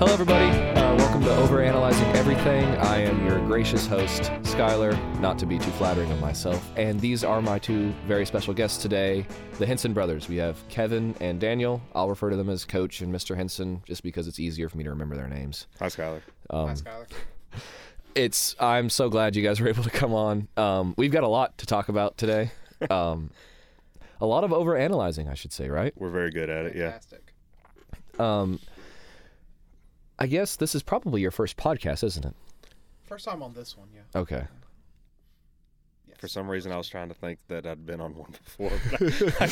Hello, everybody. Uh, welcome to Overanalyzing Everything. I am your gracious host, Skylar, not to be too flattering of myself. And these are my two very special guests today the Henson brothers. We have Kevin and Daniel. I'll refer to them as Coach and Mr. Henson just because it's easier for me to remember their names. Hi, Skylar. Hi, Skylar. It's I'm so glad you guys were able to come on. Um, we've got a lot to talk about today. Um, a lot of overanalyzing, I should say, right? We're very good at it. Yeah. Fantastic. Um, I guess this is probably your first podcast, isn't it? First time on this one, yeah. Okay. Yes. For some reason, I was trying to think that I'd been on one before, but I,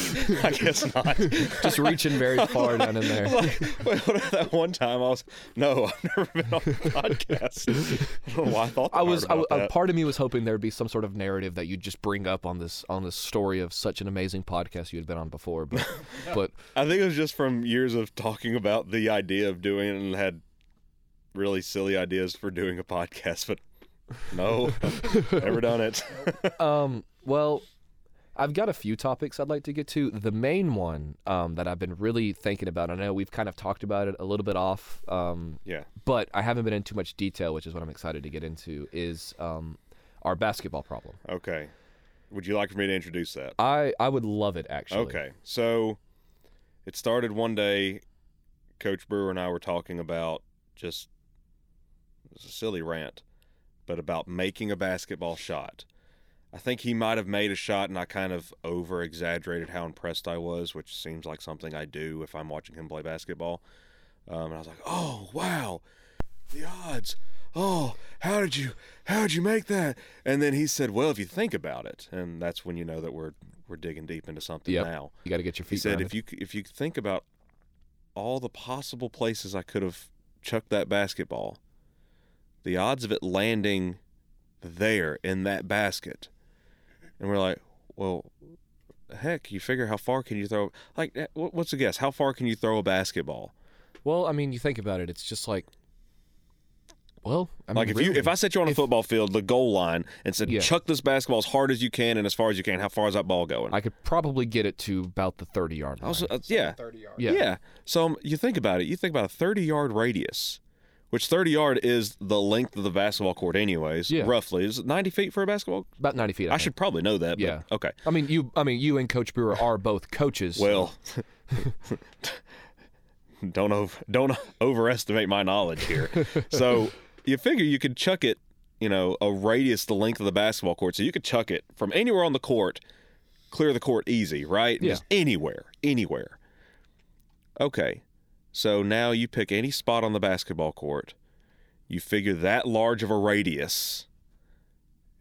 I, I guess not. Just reaching very far down in there. like, wait, what, that one time, I was no, I've never been on a podcast. I don't know why I thought. I was. I, About a that. part of me was hoping there'd be some sort of narrative that you'd just bring up on this on this story of such an amazing podcast you had been on before, but but I think it was just from years of talking about the idea of doing it and had really silly ideas for doing a podcast, but no, never done it. um, well, I've got a few topics I'd like to get to. The main one um, that I've been really thinking about. I know we've kind of talked about it a little bit off, um, yeah. but I haven't been in too much detail, which is what I'm excited to get into. Is um, our basketball problem? Okay. Would you like for me to introduce that? I I would love it actually. Okay. So it started one day. Coach Brewer and I were talking about just it was a silly rant, but about making a basketball shot. I think he might have made a shot, and I kind of over exaggerated how impressed I was, which seems like something I do if I'm watching him play basketball. Um, and I was like, "Oh wow, the odds! Oh, how did you how did you make that?" And then he said, "Well, if you think about it," and that's when you know that we're we're digging deep into something Yep. now. You got to get your feet. He said, grounded. "If you c- if you think about all the possible places I could have chucked that basketball, the odds of it landing there in that basket," and we're like, "Well, heck, you figure how far can you throw? Like, eh, wh- what's the guess? How far can you throw a basketball? Well, I mean, you think about it, it's just like, well, I mean, like, if you really, if I set you on a football field, the goal line, and said, Yeah. chuck this basketball as hard as you can and as far as you can, how far is that ball going?" I could probably get it to about the thirty yard I line. was, uh, yeah, 30 yards. yeah, Yeah. So um, you think about it. You think about a 30 yard radius, which 30 yard is the length of the basketball court, anyways. Yeah. Roughly, is it 90 feet for a basketball. about ninety feet. I, I should probably know that. But, Yeah. Okay. I mean, you. I mean, you and Coach Brewer are both coaches. Well. don't over, don't overestimate my knowledge here. so you figure you could chuck it, you know, a radius the length of the basketball court. So you could chuck it from anywhere on the court, clear the court easy, right? Yeah. Just anywhere, anywhere. Okay. So now you pick any spot on the basketball court. You figure that large of a radius,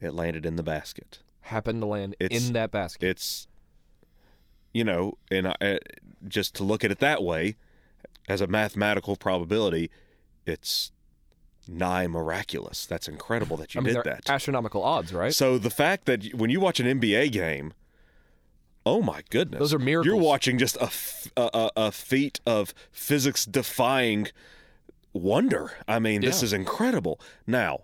it landed in the basket happened to land It's- in that basket. it's you know and I, uh, just to look at it that way as a mathematical probability it's nigh miraculous that's incredible that you I mean, did they're that astronomical odds, right? so the fact that y- when you watch an nba game oh my goodness Those are miracles. you're watching just a, f- a, a, a feat of physics defying wonder i mean this Yeah. is incredible now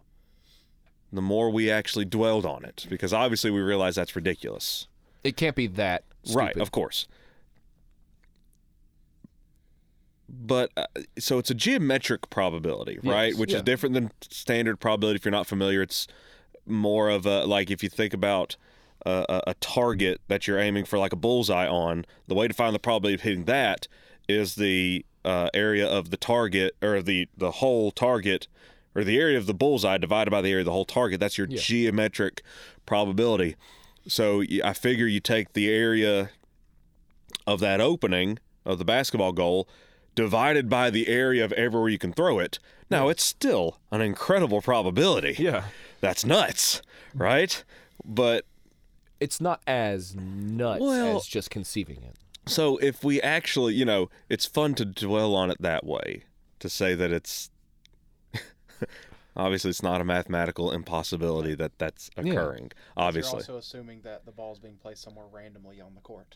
the more we actually dwelled on it because obviously we realize that's ridiculous it can't be that. Stupid. Right, of course. But uh, so it's a geometric probability, right? Yes, Which yeah. is different than standard probability. If you're not familiar, it's more of a like if you think about uh, a, a target that you're aiming for, like a bullseye on. The way to find the probability of hitting that is the uh, area of the target or the the whole target or the area of the bullseye divided by the area of the whole target. That's your Yeah. geometric probability. So y- I figure you take the area of that opening of the basketball goal divided by the area of everywhere you can throw it. Now, it's still an incredible probability. Yeah. That's nuts, right? But It's not as nuts Well- as just conceiving it. so if we actually, you know, it's fun to dwell on it that way, to say that it's obviously it's not a mathematical impossibility that that's occurring. You're Obviously. also assuming that the ball's being placed somewhere randomly on the court,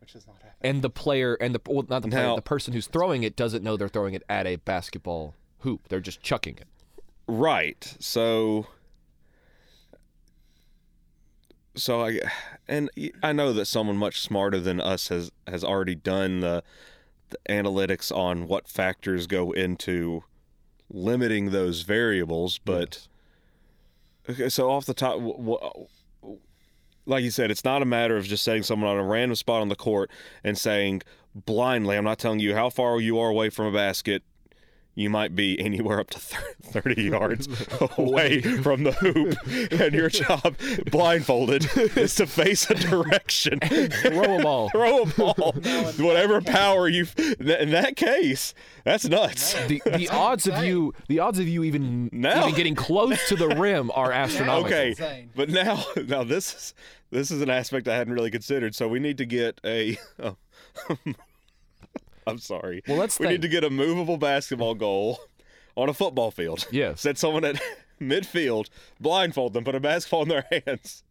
which is not happening. And the player and the well, not the player, Now- the person who's throwing it doesn't know they're throwing it at a basketball hoop. They're just chucking it. Right. So so I and I know that someone much smarter than us has has already done the, the analytics on what factors go into limiting those variables. But okay, so off the top, w- w- like you said, it's not a matter of just setting someone on a random spot on the court and saying blindly, "I'm not telling you how far you are away from a basket." You might be anywhere up to thir- 30 yards away from the hoop, and your job, blindfolded, is to face a direction Throw them all. throw a ball, No, in that whatever power you. th- In that case, that's nuts. The, the odds of you the odds of you even, No. even getting close to the rim are astronomical. Okay, insane. but now, now this is this is an aspect I hadn't really considered. So we need to get a. am sorry. Well, let's we think. need to get a movable basketball goal on a football field. Yes. Set someone at midfield, blindfold them, put a basketball in their hands,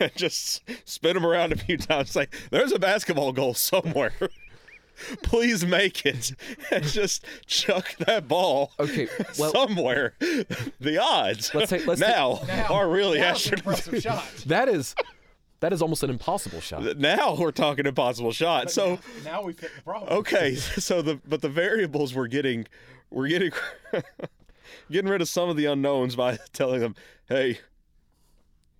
and just spin them around a few times. Say, there's a basketball goal somewhere. Please make it. And just chuck that ball Okay, well- somewhere. The odds Let's take- let's take- now are really That was an astronomical. impressive shot. That is that is almost an impossible shot. Now we're talking impossible shots. So now we've hit the problem. okay, so the but the variables we're getting, we're getting, getting rid of some of the unknowns by telling them, hey,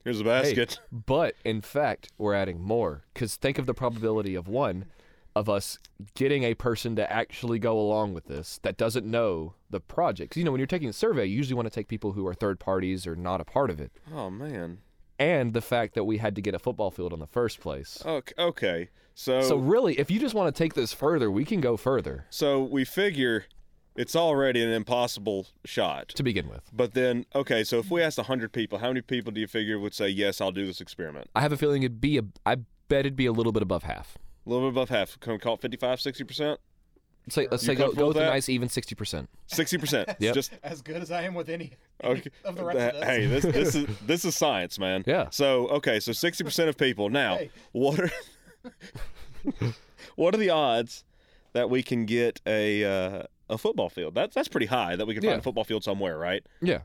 here's a Hey, basket. But in fact, we're adding more because think of the probability of one of us getting a person to actually go along with this that doesn't know the project. 'Cause, you know, when you're taking a survey, you usually want to take people who are third parties or not a part of it. Oh man. And the fact that we had to get a football field in the first place. Okay. Okay. So So so, really, if you just want to take this further, we can go further we figure it's already an impossible shot. to begin with. But then, okay, so if we asked 100 people, how many people do you figure would say, yes, I'll do this experiment? I have a feeling it'd be a. I bet it'd be a little bit above half. A little bit above half. Can we call it 55, 60%? Let's say, let's say go, comfortable go with with a that? nice even sixty percent. 60%. Yep. Just As good as I am with any okay. of the rest of us. Hey, this this is this is science, man. Yeah. So okay, so sixty percent of people now. Hey. What are what are the odds that we can get a uh, a football field? That that's pretty high that we can find Yeah. a football field somewhere, right? Yeah.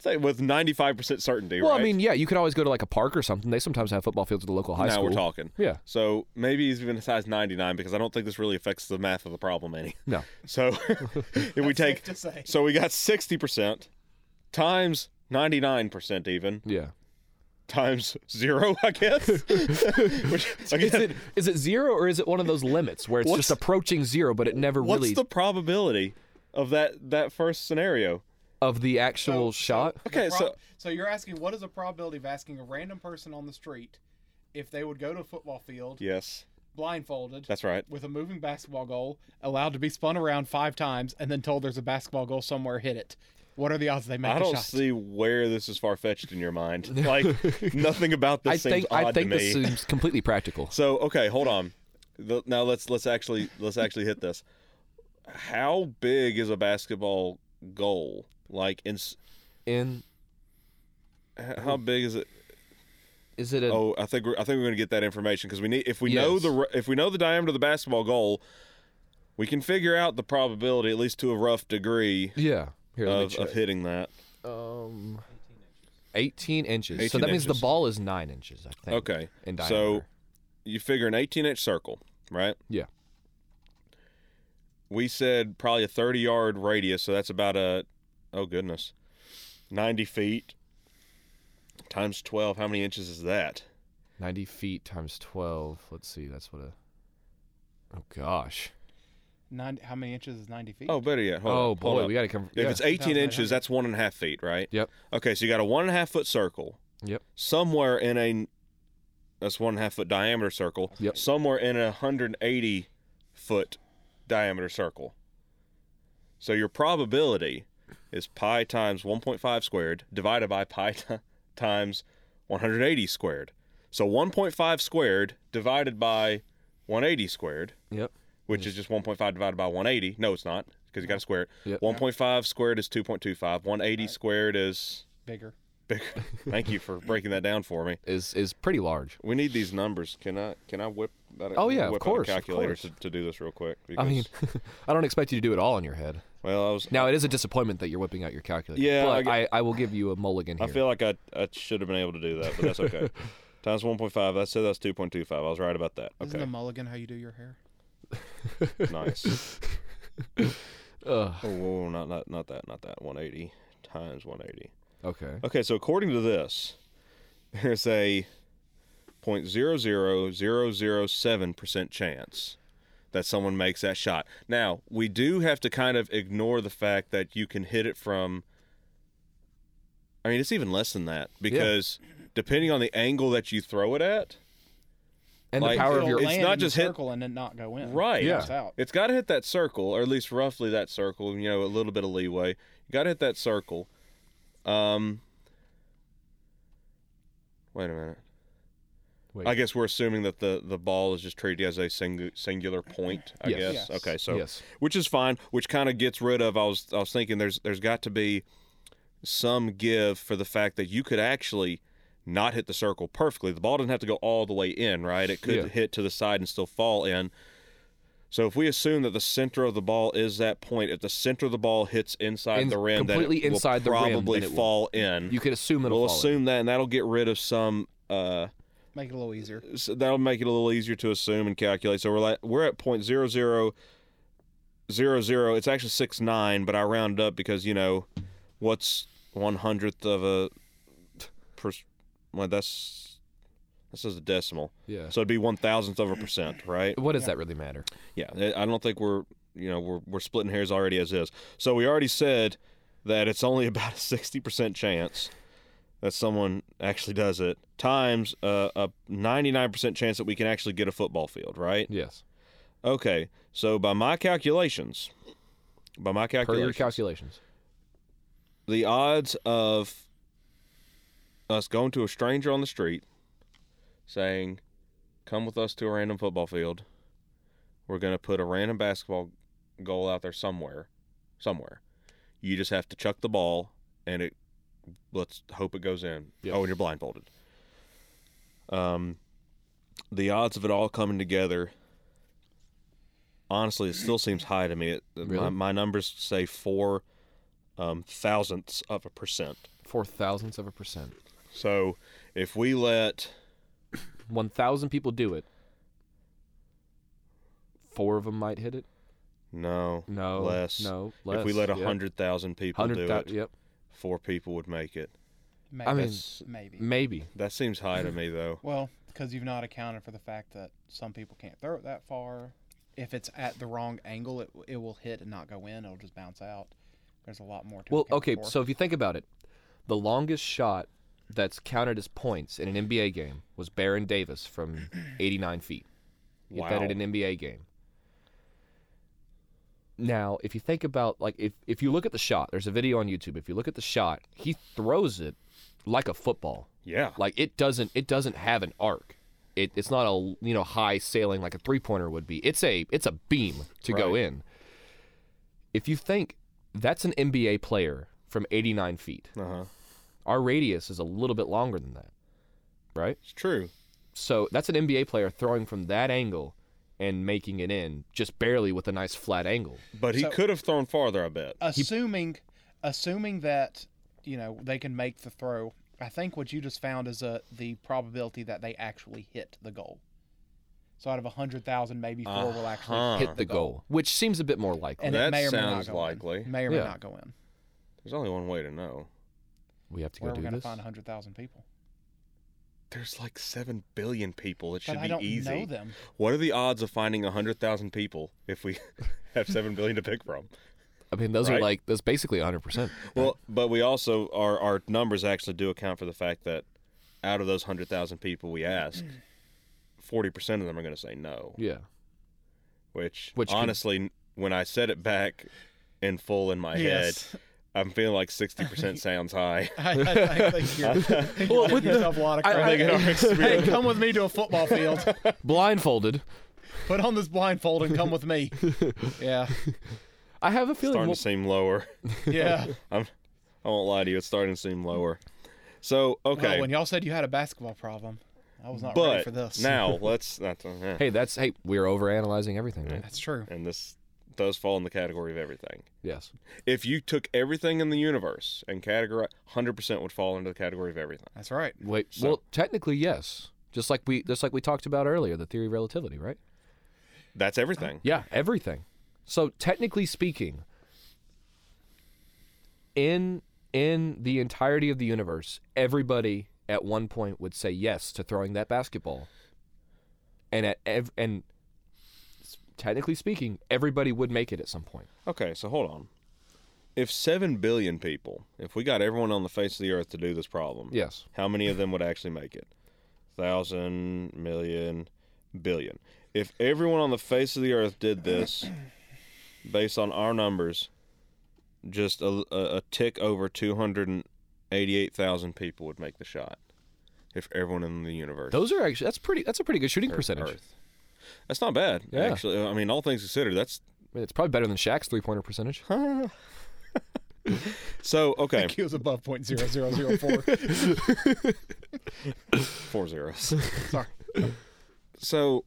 Say with ninety five percent certainty. Well, right? I mean, yeah, you could always go to like a park or something. They sometimes have football fields at the local high now school. we're talking. Yeah. So maybe it's even a size ninety nine because I don't think this really affects the math of the problem any. No. So if we take to say. so we got sixty percent times ninety nine percent even. Yeah. times zero, I guess. Which, again, Is it is it zero or is it one of those limits where it's just What's- approaching zero, but it never what's really the probability of that that first scenario? of the actual So- so- shot? Okay, The so so you're asking what is the probability of asking a random person on the street if they would go to a football field yes, blindfolded that's right. with a moving basketball goal, allowed to be spun around five times, and then told there's a basketball goal somewhere, hit it. What are the odds they make I a don't shot? see where this is far fetched in your mind. Like nothing about this I seems think odd I think to this me. seems completely practical. So okay, hold on. The, now let's let's actually let's actually hit this. How big is a basketball goal? Like in s- In h- how big is it? is it a Oh, I think we're, I think we're going to get that information because we need if we know Yes. the r- if we know the diameter of the basketball goal, we can figure out the probability at least to a rough degree yeah? Here, let me of, check. of hitting that. Um, eighteen inches. so 18 that means the inches. ball is nine inches. I think. Okay, In so diameter. you figure an 18 inch circle, right? Yeah. We said probably a 30 yard radius, so that's about a oh goodness, 90 feet times 12. How many inches is that? Ninety feet times twelve. Let's see. That's what a. Oh gosh. Nine, how many inches is 90 feet? Oh, better yet. Hold oh up, hold boy, up. we got to come. If yeah. it's 18 1,800. inches, that's one and a half feet, right? Yep. Okay, so you got a one and a half foot circle. Yep. Somewhere in a that's one and a half foot diameter circle. Yep. Somewhere in a hundred and eighty foot diameter circle. So your probability is pi times one point five squared divided by pi t- times one hundred eighty squared. So one point five squared divided by one eighty squared Yep. which is just 1.5 divided by 180. No, it's not, because you got to square it. Yep. 1.5 squared is 2.25. 180 squared is. Bigger. Big. Thank you for breaking that down for me. Is is pretty large. We need these numbers. Can I can I whip? That Oh, yeah, of whip out course, A of calculator course. to, to do this real quick. I mean, because- I don't expect you to do it all in your head. well, I was. Now it is a disappointment that you're whipping out your calculator. Yeah, but I get- I, I, will give you a mulligan I here. feel like I, I should have been able to do that, but that's okay. Times 1.5. I said that's 2.25. I was right about that. Isn't a Okay, mulligan how you do your hair? nice. Ugh. Oh, whoa, whoa, not not not that, not that. 180 times 180. Okay. Okay, so according to this, there's a 0.00007% chance that someone makes that shot. Now, we do have to kind of ignore the fact that you can hit it from I mean, it's even less than that because depending on the angle that you throw it at, And Like, the power of It'll your land- it's not in the just hit- circle and then not go in. Right. Yeah. It's out. It's got to hit that circle, or at least roughly that circle. You know, a little bit of leeway. You got to hit that circle. Um, wait a minute. Wait. I guess we're assuming that the the ball is just treated as a singu- singular point. I Yes. guess. Yes. Okay. So, yes. which is fine. Which kind of gets rid of. I was I was thinking there's there's got to be some give for the fact that you could actually not hit the circle perfectly. The ball doesn't have to go all the way in, right? It could Yeah. hit to the side and still fall in. So if we assume that the center of the ball is that point, if the center of the ball hits inside In- the rim, completely then it inside the will rim, then probably it will. fall in. You could assume it'll we'll fall in. assume that, and that'll get rid of some. Uh, Make it a little easier. so that'll make it a little easier to assume and calculate. So we're like we're at point zero zero zero zero. It's actually six nine, but I rounded up because you know what's one hundredth of a per, well that's this is a decimal, Yeah. so it'd be one thousandth of a percent, right? What does that really matter? Yeah, I- I don't think we're you know we're we're splitting hairs already as is. So we already said that it's only about a sixty percent chance that someone actually does it times uh, a ninety nine percent chance that we can actually get a football field, right? Yes. Okay, so by my calculations, by my Per your calculations, calculations. the odds of us going to a stranger on the street saying, Come with us to a random football field. We're going to put a random basketball goal out there somewhere. Somewhere. You just have to chuck the ball and it, let's hope it goes in. Yeah. Oh, and you're blindfolded. Um, the odds of it all coming together, honestly, it still seems high to me. It, my, Really? my numbers say four um, thousandths of a percent. Four thousandths of a percent. So if we let, One thousand people do it. Four of them might hit it. no, No. Less. No. if we let a a hundred thousand people do Hundred. it, Yep. four people would make it. Maybe. I mean- That's- maybe. Maybe. that seems high to me, though. Well, because you've not accounted for the fact that some people can't throw it that far. If it's at the wrong angle, it, it will hit and not go in. It'll just bounce out. There's a lot more to Well, account okay, for. so if you think about it, the longest shot that's counted as points in an NBA game was Baron Davis from 89 feet. He Wow. That at an NBA game. Now, if you think about like if if you look at the shot, there's a video on YouTube. If you look at the shot, he throws it like a football. Yeah, Like it doesn't it doesn't have an arc. It, it's not a you know high sailing like a three pointer would be. It's a it's a beam to go Right. in. If you think that's an NBA player from 89 feet, uh huh. our radius is a little bit longer than that, right? It's true. So that's an NBA player throwing from that angle and making it in just barely with a nice flat angle. But he So- could have thrown farther. I bet. assuming assuming that you know they can make the throw i think what you just found is uh, the probability that they actually hit the goal so out of 100000 maybe 4 will actually Uh-huh. Hit the goal, which seems a bit more likely. and That it may or may sounds not go likely. in. may or may Yeah. not go in There's only one way to know. we have to where go are we do going to this. find 100000 people There's like seven billion people. It should but be i don't easy. know them What are the odds of finding hundred thousand people if we have seven billion to pick from? I mean, those are Right. like that's basically 100. percent Well, but we also our our numbers actually do account for the fact that out of those hundred thousand people we asked, forty percent of them are going to say no. Yeah. Which, Which could- honestly, when I said it back in full in my yes head, I'm feeling like sixty percent sounds high. I, I, I think you're, I think Well, you're with giving yourself a lot of I- credit. I- Thinking our hey, come with me to a football field. Blindfolded. Put on this blindfold and come with me. Yeah, I have a feeling. starting we'll- to seem lower. yeah. I won't lie to you; it's starting to seem lower. So okay, Well, when Oh, y'all said you had a basketball problem, I was not ready but for this. now let's that's eh. Hey, that's hey. We're overanalyzing everything, right? That's true. and this does fall in the category of everything. Yes. If you took everything in the universe and categorize, hundred percent would fall into the category of everything. That's right. Wait. So- Well, technically, yes. Just like we, just like we talked about earlier, the theory of relativity, right? That's everything. Yeah, everything. So technically speaking, in in the entirety of the universe, everybody at one point would say yes to throwing that basketball. And at ev- and s- technically speaking, everybody would make it at some point. Okay, so hold on. If seven billion people, if we got everyone on the face of the earth to do this problem, Yes. how many of them would actually make it? Thousand, million, billion. If everyone on the face of the earth did this, based on our numbers, just a, a, a tick over two hundred and eighty-eight thousand people would make the shot. If everyone in the universe, Those are actually that's pretty that's a pretty good shooting percentage. Earth. that's not bad. Yeah. Actually, I mean, all things considered, that's I mean, it's probably better than Shaq's three pointer percentage. so okay. He was above point zero zero zero four. Four zeros. Sorry. So,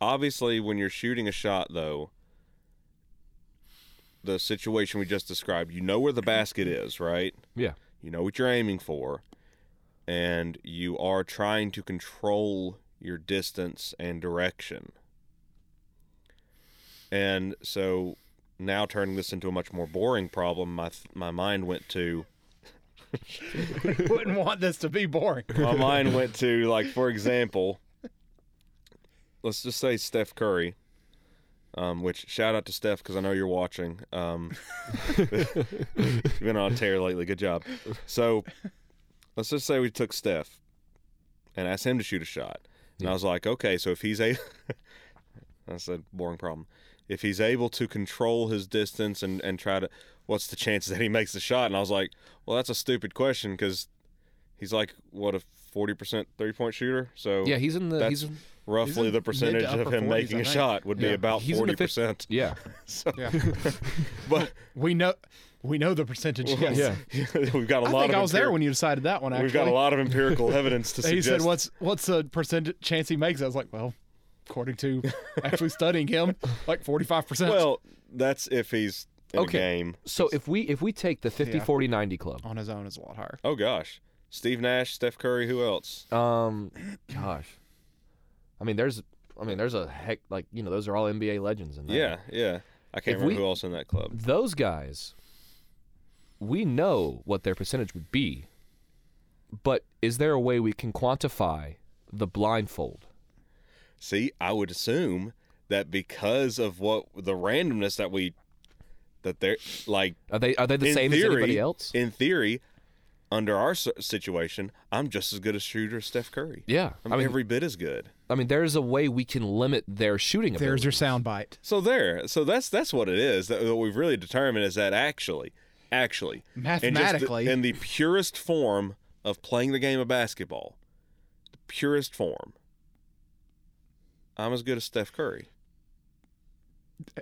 obviously, when you're shooting a shot, though, the situation we just described, you know where the basket is, right? Yeah. You know what you're aiming for, and you are trying to control your distance and direction. And so, now turning this into a much more boring problem, my th- my mind went to Wouldn't want this to be boring. my mind went to like for example let's just say steph curry um, which shout out to steph because i know you're watching um, you've been on a tear lately good job so let's just say we took steph and asked him to shoot a shot and i was like okay so if he's a that's a boring problem if he's able to control his distance and, and try to what's the chances that he makes the shot and i was like well that's a stupid question because he's like what a 40% three-point shooter so Yeah, he's in the That's- he's in, He's in roughly mid the to percentage upper of him 40s, making I a think. shot would Yeah. be about He's in the forty fif- percent. yeah. So Yeah. but We know we know the percentage. yes. Yeah. we've got a I lot think of I was there empiri- when you decided that one. Actually, we've got a lot of empirical evidence to He suggest. said, "What's what's the percent chance he makes?" I was like, "Well, according to actually studying him, like forty five percent." well, that's if he's in Okay. a game. So if we if we take the 50 Yeah. 40 90 club, on his own is a lot higher. Oh gosh, Steve Nash, Steph Curry, who else? um gosh. I mean, there's I mean, there's a heck like, you know, those are all NBA legends in there. Yeah, yeah. I Uh, can't If remember we- who else in that club. those guys we know what their percentage would be but is there a way we can quantify the blindfold See, I would assume that because of what the randomness that we that they're like are they are they the in same theory, as anybody else In theory, under our s- situation, I'm just as good a shooter as Steph Curry. yeah I'm i mean every bit as good. i mean there's a way we can limit their shooting There's ability. your sound bite. So there, so that's that's what it is. That what we've really determined is that actually, actually, in just the- Mathematically. in the purest form of playing the game of basketball, the purest form, I'm as good as Steph Curry.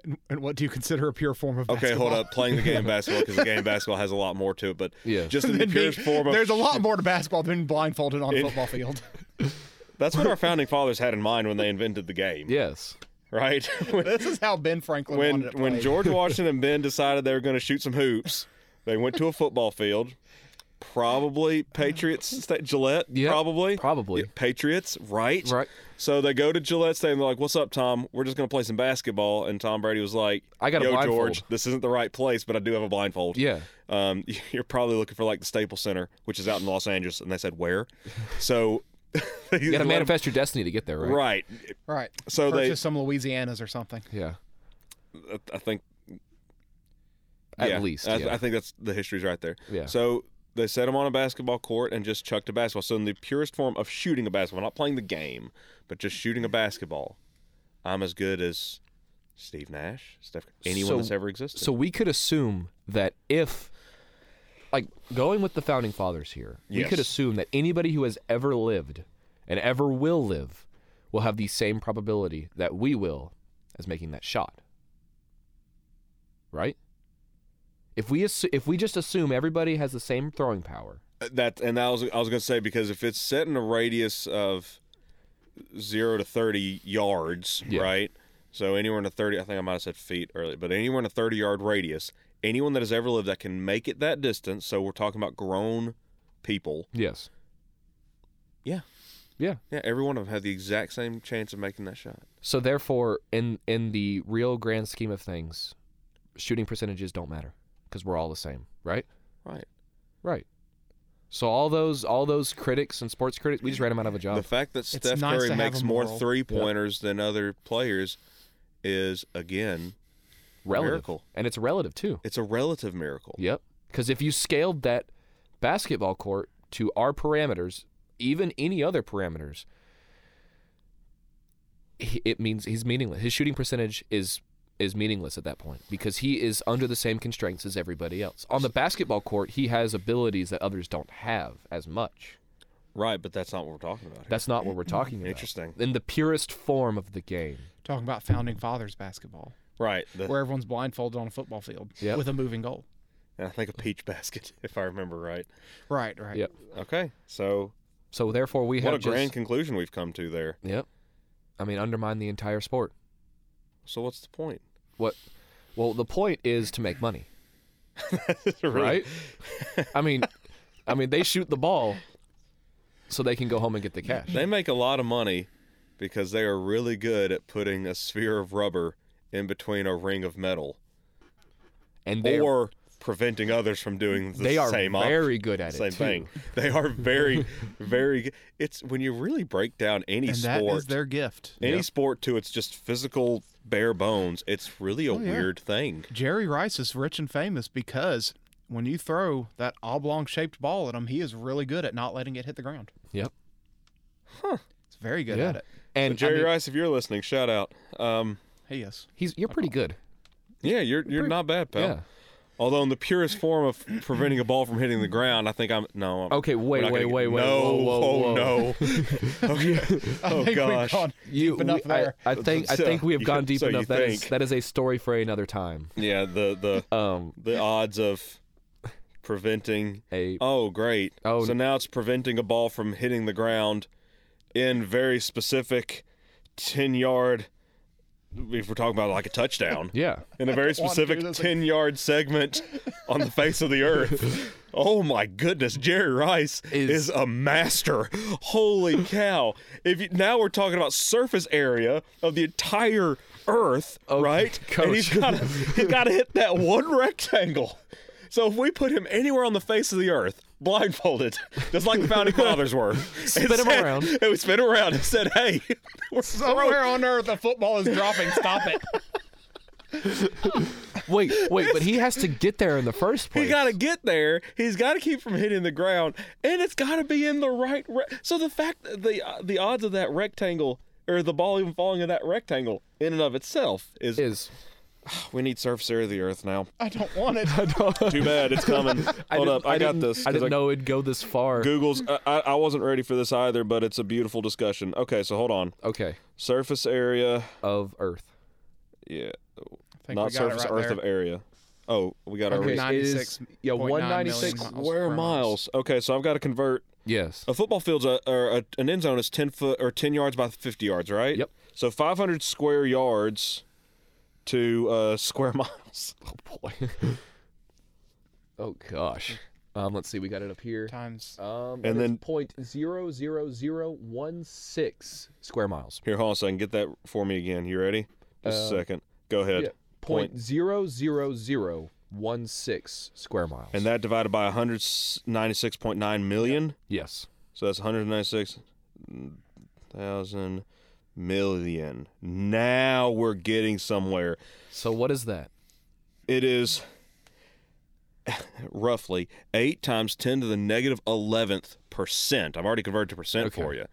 And, and what do you consider a pure form of Okay, basketball? hold up, playing the game of basketball because the game of basketball has a lot more to it, but Yeah. just in the Than being- purest form of There's a lot more to basketball than blindfolded on a It- football field. That's what our founding fathers had in mind when they invented the game, yes right? this is how Ben Franklin when wanted it when played. George Washington and Ben decided they were going to shoot some hoops, they went to a football field, probably Patriots sta- Gillette, Yeah, probably probably. Yeah, Patriots, right? Right. So they go to Gillette Stadium. They're like, "What's up, Tom? We're just going to play some basketball." And Tom Brady was like, I got a Yo, blindfold." George, this isn't the right place, but I do have a blindfold. yeah Um, you're probably looking for like the Staples Center, which is out in Los Angeles." And they said, "Where?" So you gotta manifest your destiny to get there right, Right. right? So Purchase they, some Louisianas or something. yeah I think at Yeah, least I, yeah. I think that's the history's right there. Yeah. So they set him on a basketball court and just chucked a basketball. So in the purest form of shooting a basketball, not playing the game, but just shooting a basketball, I'm as good as Steve Nash, Steph, anyone So- that's ever existed. so we could assume that if like going with the founding fathers here we could Yes. assume that anybody who has ever lived and ever will live will have the same probability that we will as making that shot right if we assu- if we just assume everybody has the same throwing power that and that was I was gonna say because if it's set in a radius of zero to thirty yards, Yeah. right? So anywhere in a thirty, I think I might have said feet earlier, but anywhere in a thirty-yard radius, anyone that has ever lived that can make it that distance. So we're talking about grown people. yes Yeah. yeah Yeah, every one of them had the exact same chance of making that shot. so therefore in in the real grand scheme of things shooting percentages don't matter because we're all the same, right? Right. Right. So all those all those critics and sports critics, we just ran them out of a job. The fact that Steph nice to Curry have makes a more moral. three pointers than other players is again relative, miracle. and it's relative too. it's a relative miracle. Yep. Because if you scaled that basketball court to our parameters, even any other parameters, he- it means he's meaningless. His shooting percentage is is meaningless at that point because he is under the same constraints as everybody else. On the basketball court, he has abilities that others don't have as much. Right, but that's not what we're talking about. Here. That's not what we're talking about. Interesting. In the purest form of the game. Talking about founding fathers basketball, right. The, where everyone's blindfolded on a football field Yep. with a moving goal. and I think a peach basket, if I remember right. Right, right. Yep. Okay, so So therefore, we what a have just, grand conclusion we've come to there. Yep. I mean, undermine the entire sport. So what's the point? What? Well, the point is to make money. Really- right? I mean, I mean, they shoot the ball so they can go home and get the cash. They make a lot of money because they are really good at putting a sphere of rubber in between a ring of metal, And they are, or preventing others from doing the they are same op- very good at it. same too. thing. They are very, very. g- It's when you really break down any And that sport, is their gift. any Yeah. sport to its just physical bare bones. It's really a Oh, yeah. weird thing. Jerry Rice is rich and famous because when you throw that oblong shaped ball at him, he is really good at not letting it hit the ground. Yep. He's very good Yeah. at it. And Jerry I mean, Rice, if you're listening, shout out. Um, He is. he's you're pretty good. yeah, you're you're not bad, pal. Yeah. Although in the purest form of preventing a ball from hitting the ground, I think I'm no. I'm, Okay. we're Wait. not Wait. gonna get- Wait. Wait. No, whoa, whoa, whoa. oh no. okay. I Oh think gosh. We've gone You, deep enough we- I- there. I, think I So- think we have you- gone deep so you enough. That is think. that is a story for another time. Yeah, the the Um, the odds of preventing a Oh, great. Oh. so now it's preventing a ball from hitting the ground in very specific 10 yard, if we're talking about like a touchdown, yeah. in a very don't wanna specific do this 10 yard segment on the face of the earth. Oh my goodness, Jerry Rice Is- is, a master. Holy cow. If you, now we're talking about surface area of the entire earth, Oh, right? And he's Coach. got he's got to hit that one rectangle. So if we put him anywhere on the face of the earth, blindfolded, just like the founding fathers were, spin him around. and we spin him around and said, "Hey, we're throwing- Somewhere on earth, a football is dropping. Stop it. Wait. Wait. But he has to get there in the first place. He got to get there. He's got to keep from hitting the ground, and it's got to be in the right. Re- so the fact that the uh, the odds of that rectangle or the ball even falling in that rectangle in and of itself is, is we need surface area of the earth now. I don't want it. Too bad it's coming. Hold didn't- up, I, got didn't- this. I 'cause didn't know it'd go this far. Google's. I, I I wasn't ready for this either, but it's a beautiful discussion. Okay, so hold on. Okay. Surface area. Of Earth. Yeah, I think we not got it surface right earth there. of area. Oh, we got Okay, our. it is- yeah, 196.9 196 million miles Square per miles. Okay, so I've got to convert Yes. A football field's a, or a, an end zone is ten foot or ten yards by fifty yards, right? Yep. So five hundred square yards to uh, square miles. Oh boy. oh gosh. Um, let's see. We got it up here. Times. Um, And then- point zero zero zero one six square miles. Here, hold on a second. Get that for me again. You ready? Just a second. Go ahead. Uh, Yeah. Point zero zero zero one six square miles. And that divided by one hundred ninety-six point nine million. yes. So that's one hundred ninety-six thousand million. Now we're getting somewhere. So what is that? It is roughly 8 times 10 to the negative 11th percent. I've already converted to percent Okay. for you.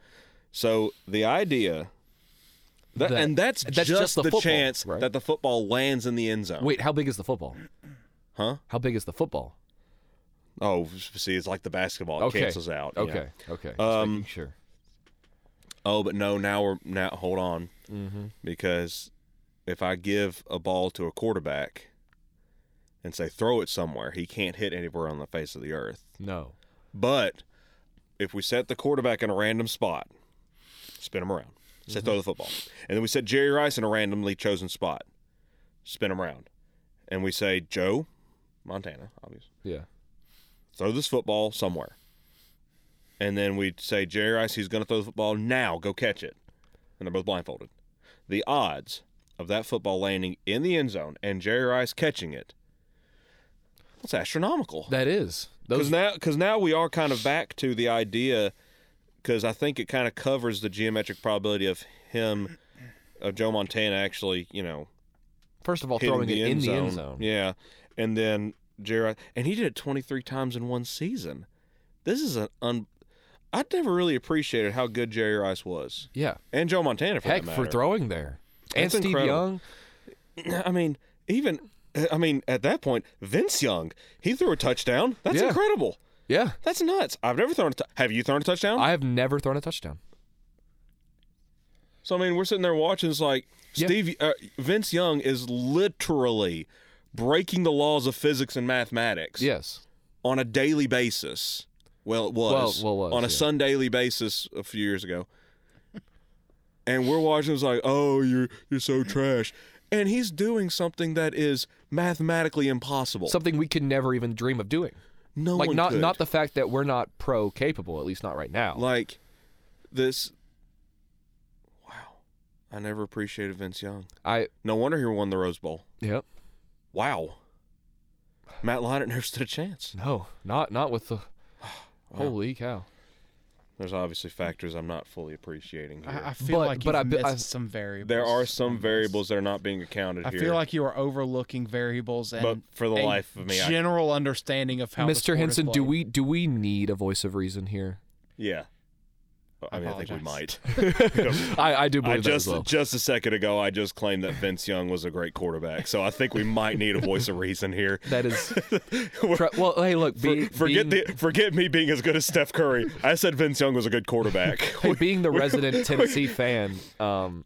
So the idea. That, That- and that's, that's just, just the the, football, chance right? that the football lands in the end zone. Wait, how big is the football? Huh? How big is the football? Oh, see, it's like the basketball. It Okay. cancels out. Oh, yeah. Okay. Okay. Just Um, making sure. Oh, but no, now we're now hold on. Mm-hmm. Because if I give a ball to a quarterback and say throw it somewhere, he can't hit anywhere on the face of the earth. No. But if we set the quarterback in a random spot, spin him around, say throw the football, and then we set Jerry Rice in a randomly chosen spot, spin him around, and we say Joe Montana, obviously, Yeah. throw this football somewhere, and then we say Jerry Rice, he's going to throw the football now, go catch it, and they're both blindfolded. The odds of that football landing in the end zone and Jerry Rice catching it That's astronomical. That is. Because Those now, because now we are kind of back to the idea, because I think it kind of covers the geometric probability of him, of Joe Montana actually, you know, first of all hitting throwing it in the end zone. Yeah, and then Jared, and he did it 23 times in one season. This is an un. I never really appreciated how good Jerry Rice was, Yeah. and Joe Montana for Heck that for matter. throwing there. And That's Steve incredible. Young. I mean, even I mean, at that point, Vince Young, he threw a touchdown. That's Yeah. incredible. Yeah. That's nuts. I've never thrown. A t- Have you thrown a touchdown? I have never thrown a touchdown. So I mean, we're sitting there watching. It's like Yeah. Steve uh, Vince Young is literally breaking the laws of physics and mathematics Yes. on a daily basis. Well, it was, Well, well, it was, on a yeah. Sundaily basis a few years ago. And we're watching. It's like, oh, you're you're so trash, and he's doing something that is mathematically impossible. Something we could never even dream of doing. no like one not could. not the fact that we're not pro capable, at least not right now. like this. Wow, I never appreciated Vince Young. I No wonder he won the Rose Bowl. yep. Wow. Matt Leinart never stood a chance. No, not not with the Holy cow. There's obviously factors I'm not fully appreciating here. I, I feel But- like but you've I be- missed I- some variables. there are some on this. variables that are not being accounted I here. feel like you are overlooking variables and but for the a life of me, I, general understanding of how the sport Mr. is Henson, do played. we do we need a voice of reason here? yeah. I mean, I, think we apologize. might. I, I do believe I that just as well. just a second ago, I just claimed that Vince Young was a great quarterback, so I think we might need a voice of reason here. That is We're- tr- well. Hey, look, for- be, forget being, the forget me being as good as Steph Curry. I said Vince Young was a good quarterback. hey, being the resident Tennessee fan, um,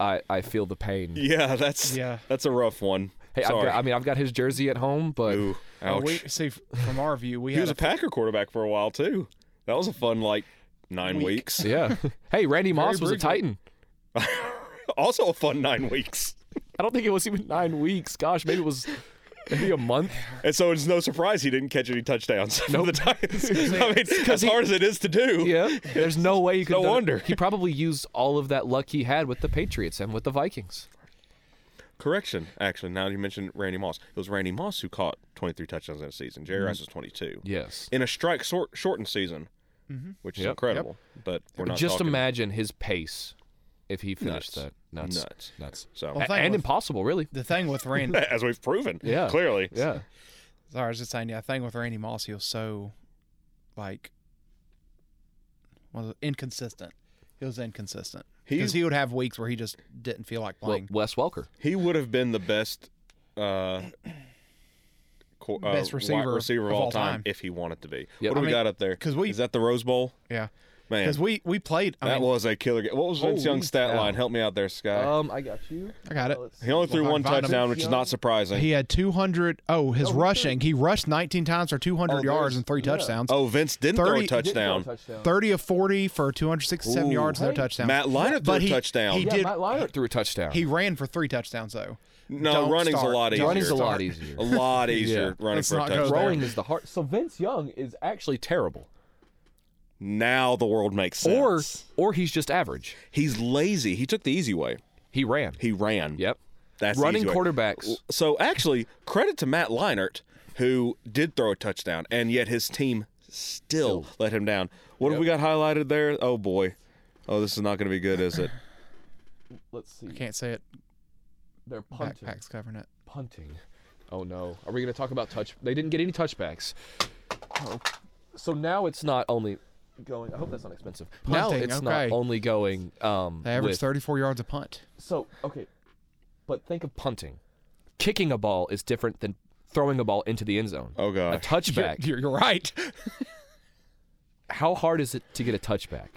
I I feel the pain. yeah, that's Yeah. that's a rough one. Hey, I've Sorry. got, I mean, I've got his jersey at home, but Ooh, Uh, ouch. we see f- from our view, we He had was a a Packer quarterback for a while too. That was a fun like nine weeks. yeah. hey, Randy Moss was a brutal. Titan. also a fun nine weeks. I don't think it was even nine weeks. Gosh, maybe it was maybe a month. And so it's no surprise he didn't catch any touchdowns for the Titans. I mean, as he- hard as it is to do. Yeah, there's no way you could. No wonder. he probably used all of that luck he had with the Patriots and with the Vikings. Correction, actually. Now you mentioned Randy Moss. It was Randy Moss who caught 23 touchdowns in a season. Mm-hmm. Jerry Rice was 22 Yes. in a strike sort shortened season, which is Mm-hmm. Yep. incredible. But we're not Just talking imagine his pace if he finished Nuts. that. Nuts. Nuts. Nuts. So Well, A- thank and you. impossible, really. the thing with Randy. as we've proven, Yeah. clearly, Yeah. sorry, I was just saying. Yeah, the thing with Randy Moss, he was so like well, inconsistent. He was inconsistent because He- he would have weeks where he just didn't feel like Well, playing. Wes Welker. he would have been the best uh, co- uh, wide Best receiver receiver of all time, time. if he wanted to be. Yep. What do I we mean, got up there? 'cause we- is that the Rose Bowl? yeah, Man, because we we played. I that mean, was a killer game. What was Vince Holy Young's stat cow. line? Help me out there, Sky. Um, I got you. I got it. Uh, he only threw well, one Von- Von- touchdown, which is not surprising. He had 200. Oh, his he rushing. He rushed 19 times for 200 Oh, yards there's- and three yeah. touchdowns. oh, Vince didn't throw 30 a touchdown. 30 of 40 for 267 Ooh. yards, no touchdowns. Matt Leinart threw But a he- touchdown. He Yeah, did. Matt Leinart threw a touchdown. He ran for three touchdowns though. no, Don't running's start. a lot easier. Running's a lot start. easier. A lot easier running Let's for a not go touchdown. there. Throwing is the heart. So Vince Young is actually terrible, Now the world makes sense. or or he's just average. he's lazy. He took the easy way. He ran. He ran. yep. That's the Running easy way. quarterbacks. So actually, credit to Matt Leinart, who did throw a touchdown, and yet his team still let him down. What have we got highlighted there? Oh boy. Oh, this is not going to be good, is it? Let's see. Can't say it. They're punting. Backpack's covering it. Punting. Oh no. Are we going to talk about touch? They didn't get any touchbacks. Oh. So now it's not only going. I hope that's not expensive. now Punting, it's okay. not only going. Um, They averaged with- 34 yards a punt. So okay, but think of punting. Kicking a ball is different than throwing a ball into the end zone. Oh A gosh. touchback. You're, you're right. how hard is it to get a touchback?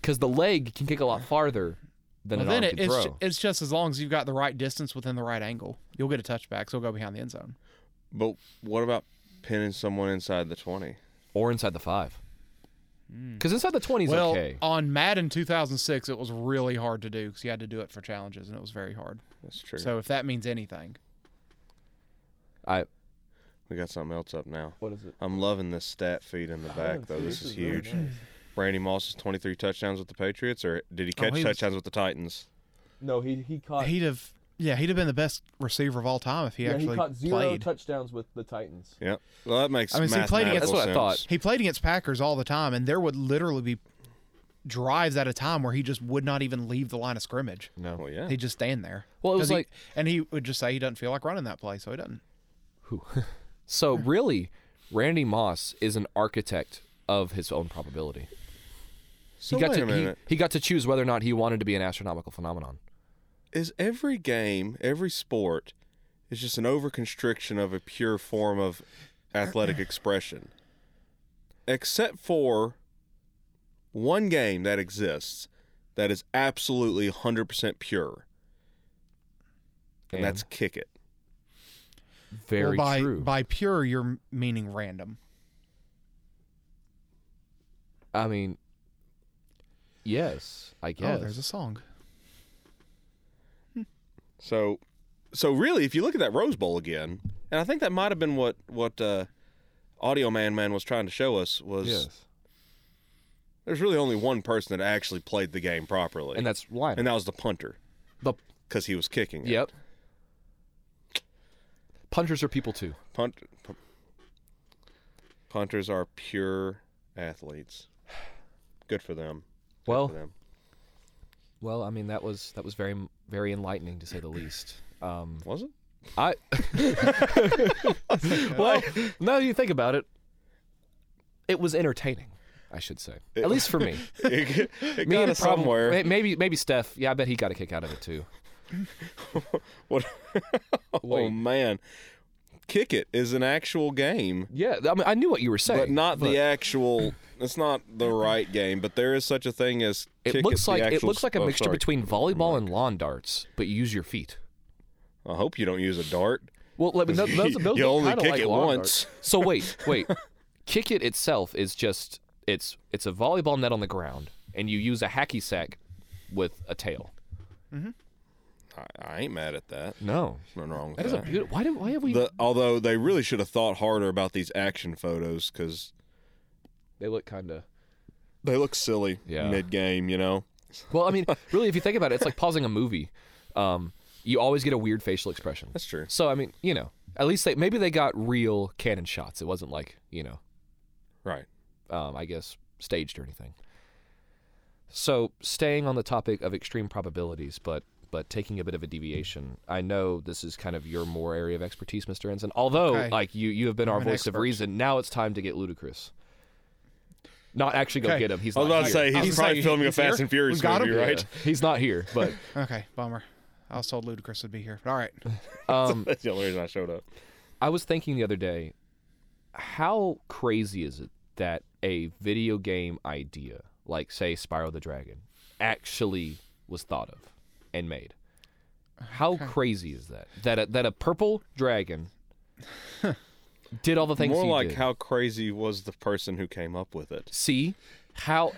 Because the leg can kick a lot farther than an Well, then arm it, can it's throw. ju- it's just as long as you've got the right distance within the right angle, you'll get a touchback. So it'll go behind the end zone. But what about pinning someone inside the 20? or inside the five. Because inside the 20 is Hmm. well, okay. on Madden 2006, it was really hard to do because you had to do it for challenges, and it was very hard. That's true. So if that means anything, I we got something else up now. what is it? I'm loving this stat feed in the back though. This is huge. Randy Moss is 23 touchdowns with the Patriots, or did he catch he was- touchdowns with the Titans? No, he he caught he'd have Yeah, he'd have been the best receiver of all time if he actually played. touchdowns with the Titans. Yeah. Well, that makes I mean, so he played against- That's what I mathematical thought. sense. he played against Packers all the time, and there would literally be drives at a time where he just would not even leave the line of scrimmage. No. Well, yeah. He'd just stand there. Well, it was 'Cause he- like- and he would just say he doesn't feel like running that play, so he doesn't. So really, Randy Moss is an architect of his own probability. So he got wait to a he- minute. He, got to choose whether or not he wanted to be an astronomical phenomenon. is every game, every sport, is just an overconstriction of a pure form of athletic expression, except for one game that exists that is absolutely 100% pure, and, And that's kick it. very well, by, true. By pure, you're meaning random. I mean, yes, I Oh, guess. there's a song. So, so really, if you look at that Rose Bowl again, and I think that might have been what what uh, Audio Man Man was trying to show us was yes, there's really only one person that actually played the game properly, and that's why. and that was the punter the because he was kicking it. yep. Punters are people too. Punt, p- punters are pure athletes. Good for them. Good Well, for them. well, I mean that was that was very very enlightening to say the least. Um, was it? I well, now you think about it, it was entertaining. I should say, at least for me. It, g- it Me got and us prob- somewhere. may- Maybe maybe Steph. Yeah, I bet he got a kick out of it too. What? oh Wait. man, kick it is an actual game, Yeah, I mean I knew what you were saying, but not but the actual. It's not the right game, but there is such a thing as. It kick looks the like it actual looks s- like a oh, mixture sorry. between volleyball and lawn darts, but you use your feet. I hope you don't use a dart. Well, like, those, those, You those look only kinda kick like it lawn once. darts. So wait, wait. kick it itself is just it's it's a volleyball net on the ground, and you use a hacky sack with a tail. I, I ain't mad at that. No, Nothing wrong with that is a that. beautiful. Why do why have we? The, although they really should have thought harder about these action photos because they look kind of. they look silly Yeah. mid game, you know. Well, I mean, really, if you think about it, it's like pausing a movie. Um, you always get a weird facial expression. That's true. So I mean, you know, at least they maybe they got real cannon shots. It wasn't like you know, Right. um, I guess staged or anything. So staying on the topic of extreme probabilities, but but taking a bit of a deviation. I know this is kind of your more area of expertise, Mr. Ensign. Although, Okay. like you, you have been our an voice of expert. reason. Now it's time to get ludicrous. Not actually go Okay. get him. He's I was not about to here. say I he's was probably saying, filming a he's Fast here. and Furious We've got movie, him. right? Yeah. He's not here, but Okay, bummer. I was told Ludacris would be here. All right. um, That's the only reason I showed up. I was thinking the other day, how crazy is it that a video game idea, like say Spyro the Dragon, actually was thought of and made? How crazy is that? That a, that a purple dragon did all the things More he like did. how crazy was the person who came up with it? See how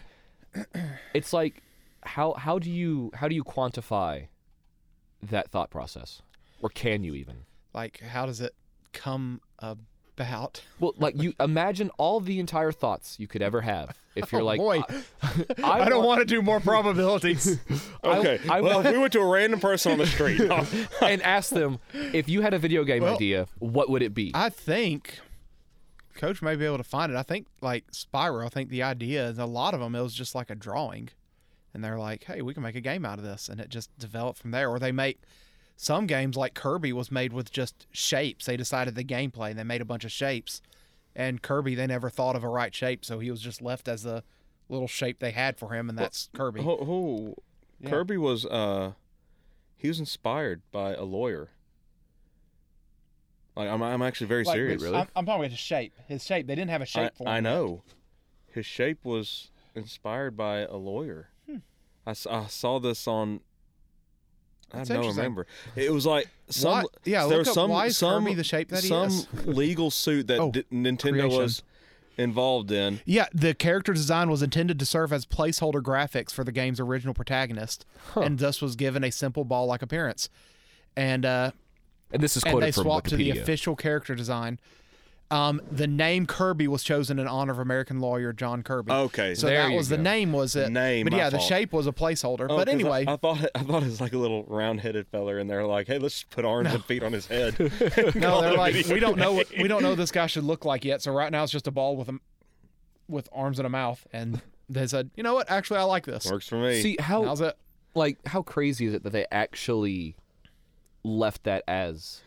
it's like how how do you how do you quantify that thought process? Or can you even? Like, how does it come about? Well, like you imagine all the entire thoughts you could ever have if you're Oh, like, boy. I, I, don't want to do more probabilities. I- Okay. I well, want- if we went to a random person on the street. and ask them if you had a video game idea, what would it be? I think Coach may be able to find it. I think like Spyro. I think the idea is a lot of them. It was just like a drawing, and they're like, "Hey, we can make a game out of this," and it just developed from there. Or they make some games like Kirby was made with just shapes. They decided the gameplay and they made a bunch of shapes. And Kirby, they never thought of a right shape, so he was just left as the little shape they had for him, and that's Kirby. who, who- Kirby was uh he was inspired by a lawyer. Like I'm I'm actually very serious. really? I'm, I'm talking about his shape. His shape. They didn't have a I, shape for him. I know. His shape was inspired by a lawyer. Hmm. I, s- I saw this on. That's I don't interesting. remember. It was like some. Why- yeah, there look was up some why is some Kirby the shape that he some is. legal suit that Oh, d- Nintendo creation. was involved in. Yeah, the character design was intended to serve as placeholder graphics for the game's original protagonist, and thus was given a simple ball-like appearance. And uh, and this is and quoted they from swapped to the Wikipedia. official character design. Um, the name Kirby was chosen in honor of American lawyer John Kirby. Okay. so There that you was the go. name, was it? Name, But my yeah, the fault. shape was a placeholder. Oh, but 'cause I- anyway, I, thought it, I thought it was like a little round-headed feller, and they're like, "Hey, let's just put arms and feet on his head." no, Call it they're a like video we don't know what game." we don't know what this guy should look like yet. So right now it's just a ball with a m- with arms and a mouth, and they said, you know what? Actually, I like this. Works for me. See how How's it? like how crazy is it that they actually left that as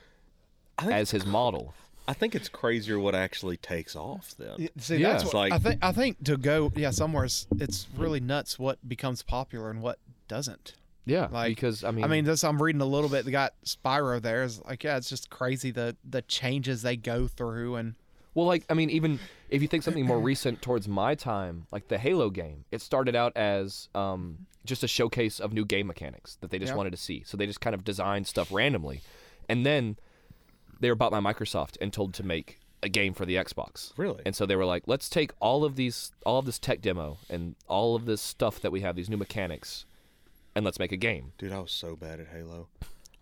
I think- as his model? I think it's crazier what actually takes off then. Y- See, Yeah. that's It's what like- I think. I think to go, yeah, somewhere it's, it's really nuts what becomes popular and what doesn't. Yeah, Like, because I mean, I mean, this I'm reading a little bit. They got Spyro there. It's like, yeah, it's just crazy the the changes they go through and well, like I mean, even if you think something more recent towards my time, like the Halo game, it started out as um, just a showcase of new game mechanics that they just Yeah. wanted to see. So they just kind of designed stuff randomly, and then they were bought by Microsoft and told to make a game for the Xbox. Really? And so they were like, let's take all of these, all of this tech demo and all of this stuff that we have, these new mechanics, and let's make a game. Dude, I was so bad at Halo.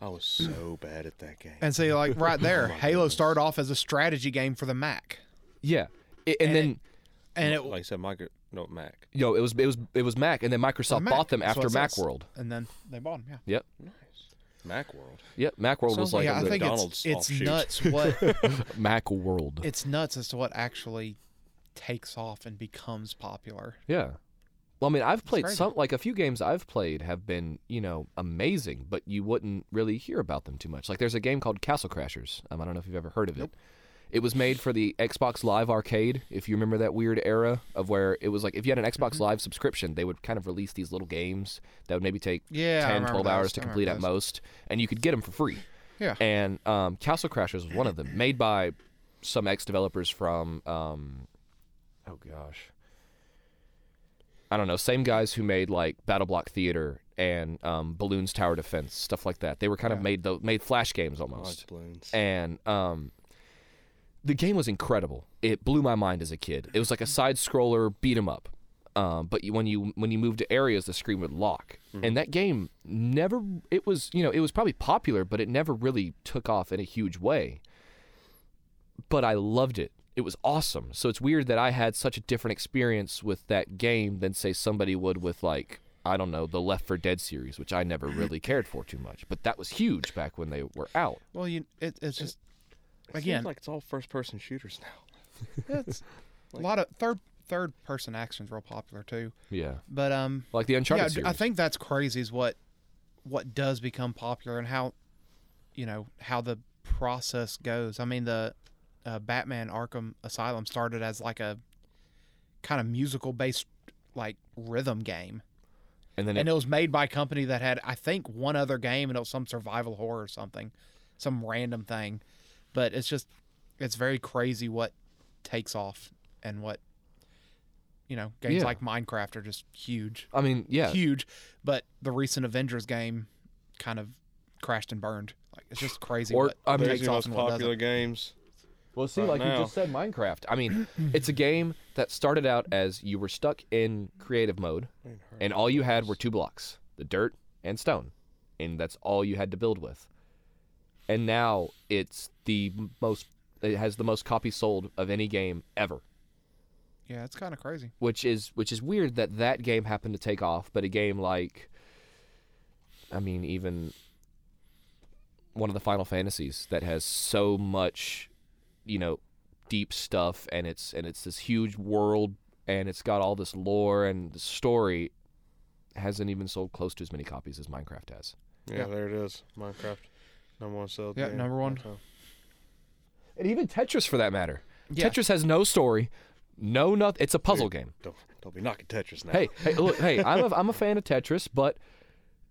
I was so bad at that game. and see, like right Oh there, Halo started off as a strategy game for the Mac, Yeah, I- and, And then. and it like I said, Micro, no Mac. Yo, it was it was it was Mac, and then Microsoft Mac, bought them that's after what it says. MacWorld. and then they bought them. Yeah. Yep, Mac World. yep. MacWorld was Sounds like like yeah, a yeah, I the think Donald's it's, it's offshoot. nuts what MacWorld. it's nuts as to what actually takes off and becomes popular. yeah. Well, I mean, I've played crazy. some like a few games I've played have been you know amazing, but you wouldn't really hear about them too much. Like there's a game called Castle Crashers. Um, I don't know if you've ever heard of it. It was made for the Xbox Live Arcade. If you remember that weird era of where it was like if you had an Xbox Mm-hmm. Live subscription, they would kind of release these little games that would maybe take Yeah, 10, I remember 12 those. hours to I complete at remember most, and you could get them for free. Yeah. And um, Castle Crashers was one of them, made by some ex developers from, um, oh gosh, I don't know, same guys who made like Battle Block Theater and um, Balloons Tower Defense, stuff like that. They were kind of made those made flash games almost Balloons. and um, the game was incredible. It blew my mind as a kid. It was like a side scroller beat 'em up, um, but you, when you when you moved to areas, the screen would lock. And that game never it was you know it was probably popular, but it never really took off in a huge way. But I loved it. It was awesome. So it's weird that I had such a different experience with that game than say somebody would with like. I don't know the Left for Dead series, which I never really cared for too much, but that was huge back when they were out. Well, you it, it's just Seems again like it's all first-person shooters now. it's a lot of third third person actions real popular too. Yeah. But um like the yeah, Uncharted d- I series. think that's crazy is what what does become popular and how you know how the process goes. I mean the uh, Batman Arkham Asylum started as like a kind of musical based like rhythm game. and then and it, it was made by a company that had I think one other game and it was some survival horror or something, some random thing. But it's just it's very crazy what takes off and what you know games Yeah. like Minecraft are just huge, I mean, yeah, huge. But the recent Avengers game kind of crashed and burned. Like it's just crazy. Or- what I mean- There's takes your off most and what popular doesn't. games. Well, see, Right like you now. just said, Minecraft. I mean, it's a game that started out as you were stuck in creative mode, and all you had were two blocks the dirt and stone. And that's all you had to build with. And now it's the m- most, it has the most copies sold of any game ever. Yeah, it's kind of crazy. which is which is weird that that game happened to take off, but a game like, I mean, even one of the Final Fantasies that has so much, you know, deep stuff, and it's and it's this huge world, and it's got all this lore and the story, hasn't even sold close to as many copies as Minecraft has. Yeah, Yeah. there it is. Minecraft. Number one sold. Yeah, game. number one. Okay. And even Tetris, for that matter, Yeah. Tetris has no story, no nothing. It's a puzzle game. Don't, don't be knocking Tetris now. hey, hey, look, hey, I'm a, I'm a fan of Tetris, but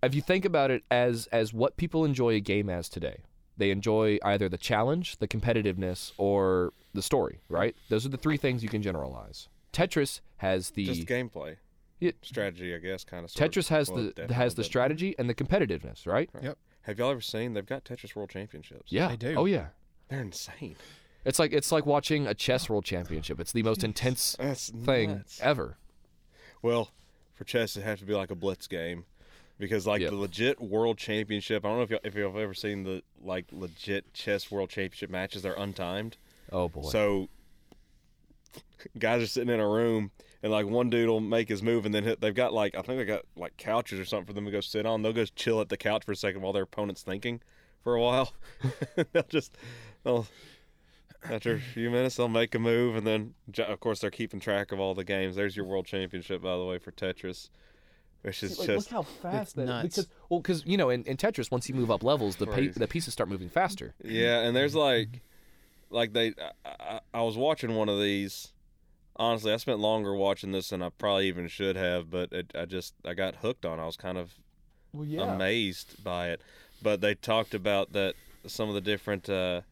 if you think about it as as what people enjoy a game as today, they enjoy either the challenge, the competitiveness, or the story. Right? Those are the three things you can generalize. Tetris has the Just gameplay. Yeah. Strategy, I guess, kind of. Tetris has the has the strategy. strategy and the competitiveness. Right? Have y'all ever seen? They've got Tetris World Championships. Yeah. They do. Oh yeah. They're insane. It's like it's like watching a chess world championship. It's the most intense That's thing nuts. ever. Well, for chess, it has to be like a blitz game, because like Yep. the legit world championship. I don't know if y'all, if you've ever seen the like legit chess world championship matches. They're untimed. Oh boy. So guys are sitting in a room, and like one dude will make his move, and then hit, they've got like I think they got like couches or something for them to go sit on. They'll go chill at the couch for a second while their opponent's thinking for a while. they'll just they'll after a few minutes they'll make a move, and then j- of course they're keeping track of all the games. There's your world championship by the way for Tetris, which is Like, just look how fast that nuts. because well because you know in, in Tetris once you move up levels the pa- Crazy. the pieces start moving faster. Yeah, and there's like, like they, I, I, I was watching one of these. Honestly, I spent longer watching this than I probably even should have, but it, I just I got hooked on. it. I was kind of Well, amazed by it. But they talked about that some of the different uh,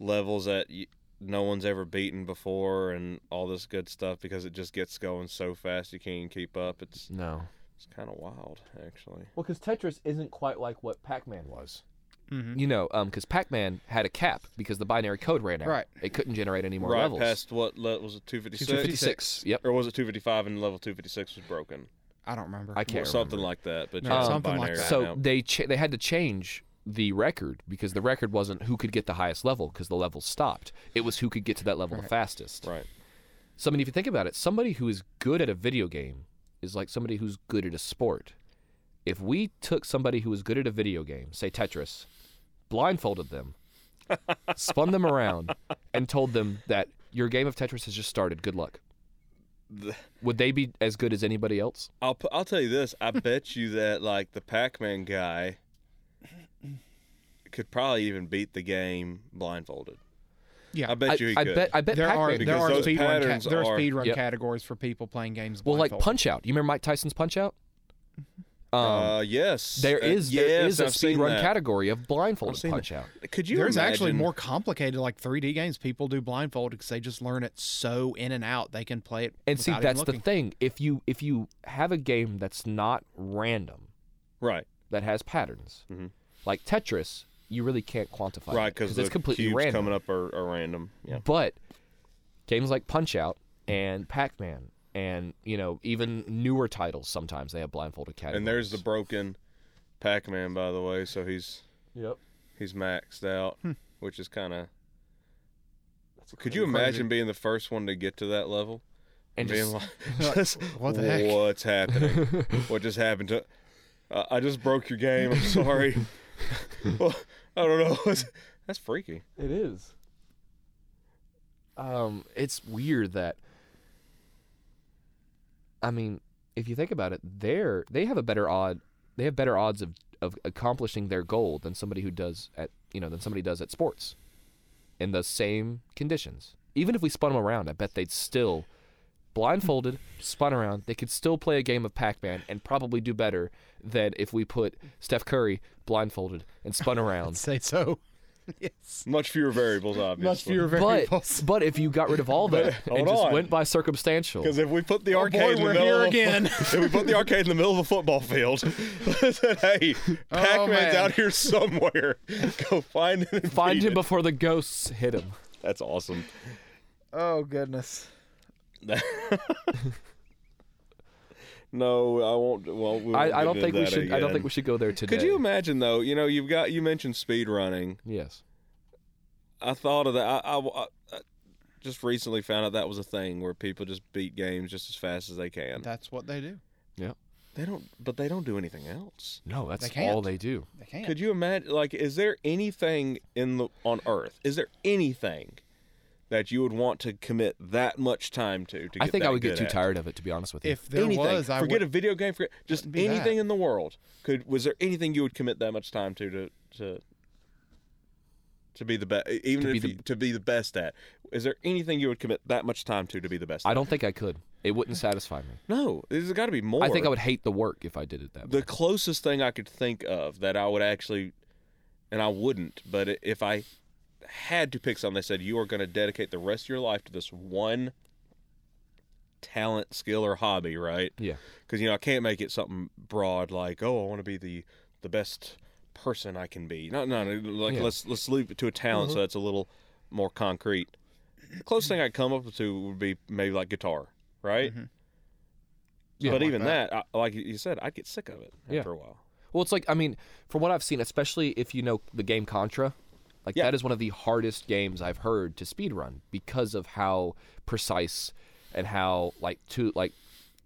levels that y no one's ever beaten before, and all this good stuff because it just gets going so fast you can't even keep up. It's No. it's kind of wild, actually. Well, because Tetris isn't quite like what Pac-Man was. Mm-hmm. Mhm. You know, because Pac-Man had a cap because the binary code ran out. Right. It couldn't generate any more right levels. past what le- was it? Two fifty six. 256. Yep. Or was it 255 and level 256 was broken? I don't remember. I can't Or something remember. like that. But No, yeah, it's something like binary that. right So now. they cha- they had to change the record because the record wasn't who could get the highest level because the level stopped. It was who could get to that level the Right. fastest. right, So I mean, if you think about it, somebody who is good at a video game is like somebody who's good at a sport. If we took somebody who was good at a video game, say Tetris, blindfolded them, spun them around, and told them that your game of Tetris has just started. Good luck. The- Would they be as good as anybody else? I'll pu- I'll tell you this. I bet you that like the Pac-Man guy could probably even beat the game blindfolded. Yeah. I bet I, you he I could. bet. I bet there are Pac-Man. because there are those speedrun ca- patterns there are are- speedrun Yep. categories for people playing games. Well, like blindfolded. Punch Out. You remember Mike Tyson's Punch Out? Um, uh, yes, there Uh, is there yes, is a I've seen speedrun that. category of I've blindfolded seen that. Punch Out. Could you? There's actually imagine- more complicated, like 3D games. People do blindfolded because they just learn it so in and out they can play it. And see, without even that's the looking. thing. If you if you have a game that's not random, Right, that has patterns, Mhm. like Tetris, you really can't quantify. right, because because it's completely cubes random. coming up are, are random. Yeah, But games like Punch Out and Pac Man, and you know even newer titles, sometimes they have blindfolded categories. and there's the broken Pac-Man by the way. So he's yep. he's maxed out, Hmm. which is kind of. Could kinda you crazy. imagine being the first one to get to that level? And being just, like, Oh, just, "What the heck?" What's happening? what just happened to? Uh, I just broke your game. I'm sorry. well, I don't know. That's freaky. It is. Um, it's weird that. I mean, if you think about it, they're they have a better odd they have better odds of of accomplishing their goal than somebody who does at you know than somebody does at sports, in the same conditions. Even if we spun them around, I bet they'd still blindfolded, spun around. They could still play a game of Pac-Man and probably do better than if we put Steph Curry blindfolded and spun around Say so. yes. Much fewer variables, obviously. Much fewer but, variables. but if you got rid of all that But- and hold just on. went by circumstantial, Because if we put the arcade in the Oh, we're middle here of a- again. if we put the arcade in the middle of a football field, I said, "Hey, Oh, Pac-Man's man. out here somewhere. Go find him. and find beat him it." before the ghosts hit him. That's awesome. oh goodness. no, I won't. Well, we I, won't I get don't into think we that should. I don't again. think we should go there today. Could you imagine though? You know, you've got you mentioned speed running. Yes. I thought of that. I, I- I just recently found out that was a thing where people just beat games just as fast as they can. That's what they do. They don't, but they don't do anything else. No, that's They can't. all they do. They can't. Could you imagine? Like, is there anything in the on Earth? Is there anything that you would want to commit that much time to? to get I think that I would get good too at? tired of it, to be honest with you. if there anything. was, I forget would. a video game. Forget just wouldn't be that. anything in the world. Could was there anything you would commit that much time to to to, to be the best? Even To be if the- you, to be the best at, is there anything you would commit that much time to to be the best? I at? don't think I could. It wouldn't satisfy me. No, there's got to be more. I think I would hate the work if I did it that way. The closest thing I could think of that I would actually, and I wouldn't, but i- if I had to pick something, they said you are going to dedicate the rest of your life to this one talent, skill, or hobby, right? Yeah. because you know I can't make it something broad like oh I want to be the the best person I can be. No, no, no like Yeah. let's let's loop it to a talent so that's a little more concrete. The closest thing I would come up to would be maybe like guitar, right? Yeah. but Like even that, I, like you said, I'd get sick of it Yeah. after a while. Well, it's like I mean, from what I've seen, especially if you know the game Contra, Like Yeah. that is one of the hardest games I've heard to speedrun because of how precise and how like to like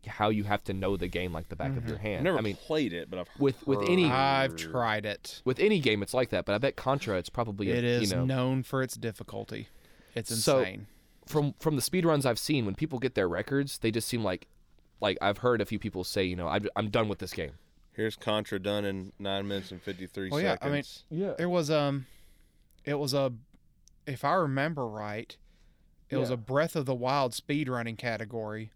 how you have to know the game like the back of your I've hand. never I mean, played it, but I've with with any I've Or- tried it. with any game it's like that, but I bet Contra it's probably a- It is you know known for its difficulty. It's So- insane. from from the speedruns I've seen when people get their records, they just seem like like I've heard a few people say, you know, I'm, I'm done with this game. Here's Contra done in nine minutes and fifty three Well, yeah, seconds. I mean- Yeah. There was um, it was a, if I remember right, it was Yeah. a Breath of the Wild speedrunning category,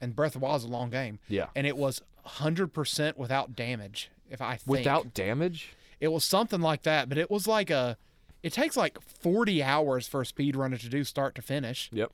and Breath of the Wild is a long game, Yeah. and it was hundred percent without damage. If I think. Without damage? it was something like that, but it was like a, it takes like forty hours for a speedrunner to do start to finish. Yep.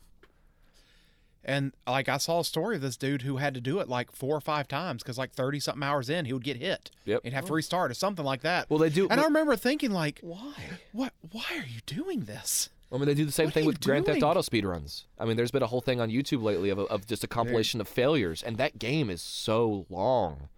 And like I saw a story of this dude who had to do it like four or five times because like thirty something hours in he would get hit. Yep. He'd have to restart or something like that. Well, they do- And I remember thinking like, why? what? Why are you doing this? I mean, they do the same What are thing you with Grand Theft doing? Auto speedruns. I mean, there's been a whole thing on YouTube lately of, of just a compilation of failures, and that game is so long.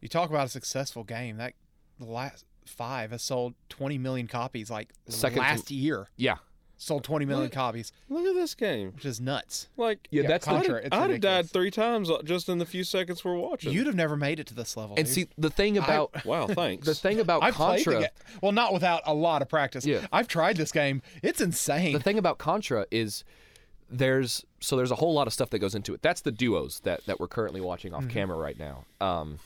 You talk about a successful game that the last five has sold twenty million copies like Second to- last year. Yeah. Sold twenty million What? copies, Look at this game. which is nuts. Like Yeah, that's the- Contra. I'd, it's I'd have died ridiculous. three times uh, just in the few seconds we're watching. You'd have never made it to this level. And dude. see, the thing about wow, thanks. the thing about I've played the Contra, ga- Well, not without a lot of practice. Yeah. I've tried this game. It's insane. the thing about Contra is there's so there's a whole lot of stuff that goes into it. That's the duos that that we're currently watching off camera right now. Um,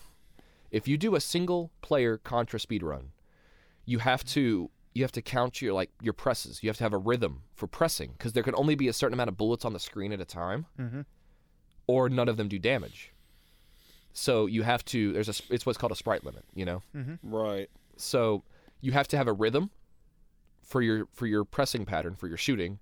if you do a single player Contra speedrun, you have to you have to count your like your presses. You have to have a rhythm for pressing because there can only be a certain amount of bullets on the screen at a time, or none of them do damage. So you have to there's a sp- it's what's called a sprite limit. You know, right. so you have to have a rhythm for your for your pressing pattern for your shooting.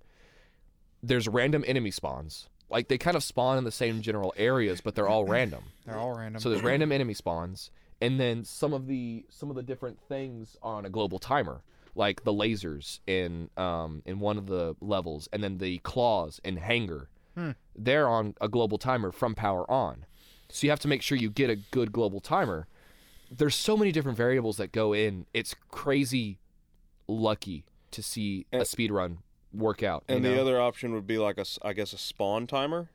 There's random enemy spawns. Like they kind of spawn in the same general areas, but they're all random. They're all random. So there's random enemy spawns, and then some of the some of the different things on a global timer, like the lasers in um, in one of the levels, and then the claws and hanger. Hmm. They're on a global timer from power on, so you have to make sure you get a good global timer. There's so many different variables that go in. It's crazy lucky to see a And- speed run work out. you And know? the other option would be like a, s- I guess, a spawn timer,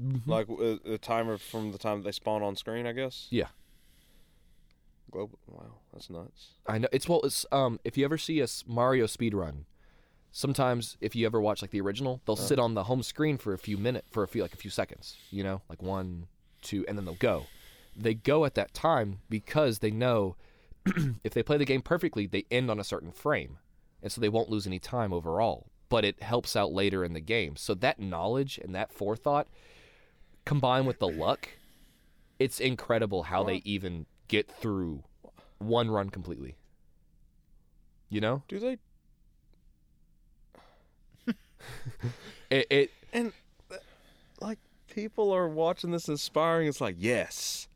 Mm-hmm. like uh, the timer from the time that they spawn on screen. I guess. Yeah. Global. Wow, that's nuts. I know it's well. It's um. If you ever see a s- Mario speedrun, sometimes if you ever watch like the original, they'll sit on the home screen for a few minutes, for a few like a few seconds. You know, like one, two, and then they'll go. They go at that time because they know if they play the game perfectly, they end on a certain frame, and so they won't lose any time overall. But it helps out later in the game. So that knowledge and that forethought, combined with the luck, it's incredible how they even get through one run completely. You know, Do they? it, it And uh, like people are watching this inspiring. It's like yes,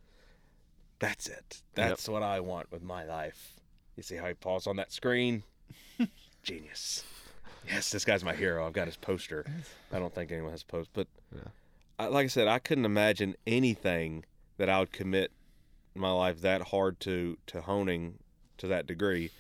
that's it. That's what I want with my life. You see how he paused on that screen? Genius. Yes, this guy's my hero. I've got his poster. I don't think anyone has a post, but I, like I said, I couldn't imagine anything that I would commit my life that hard to to honing to that degree,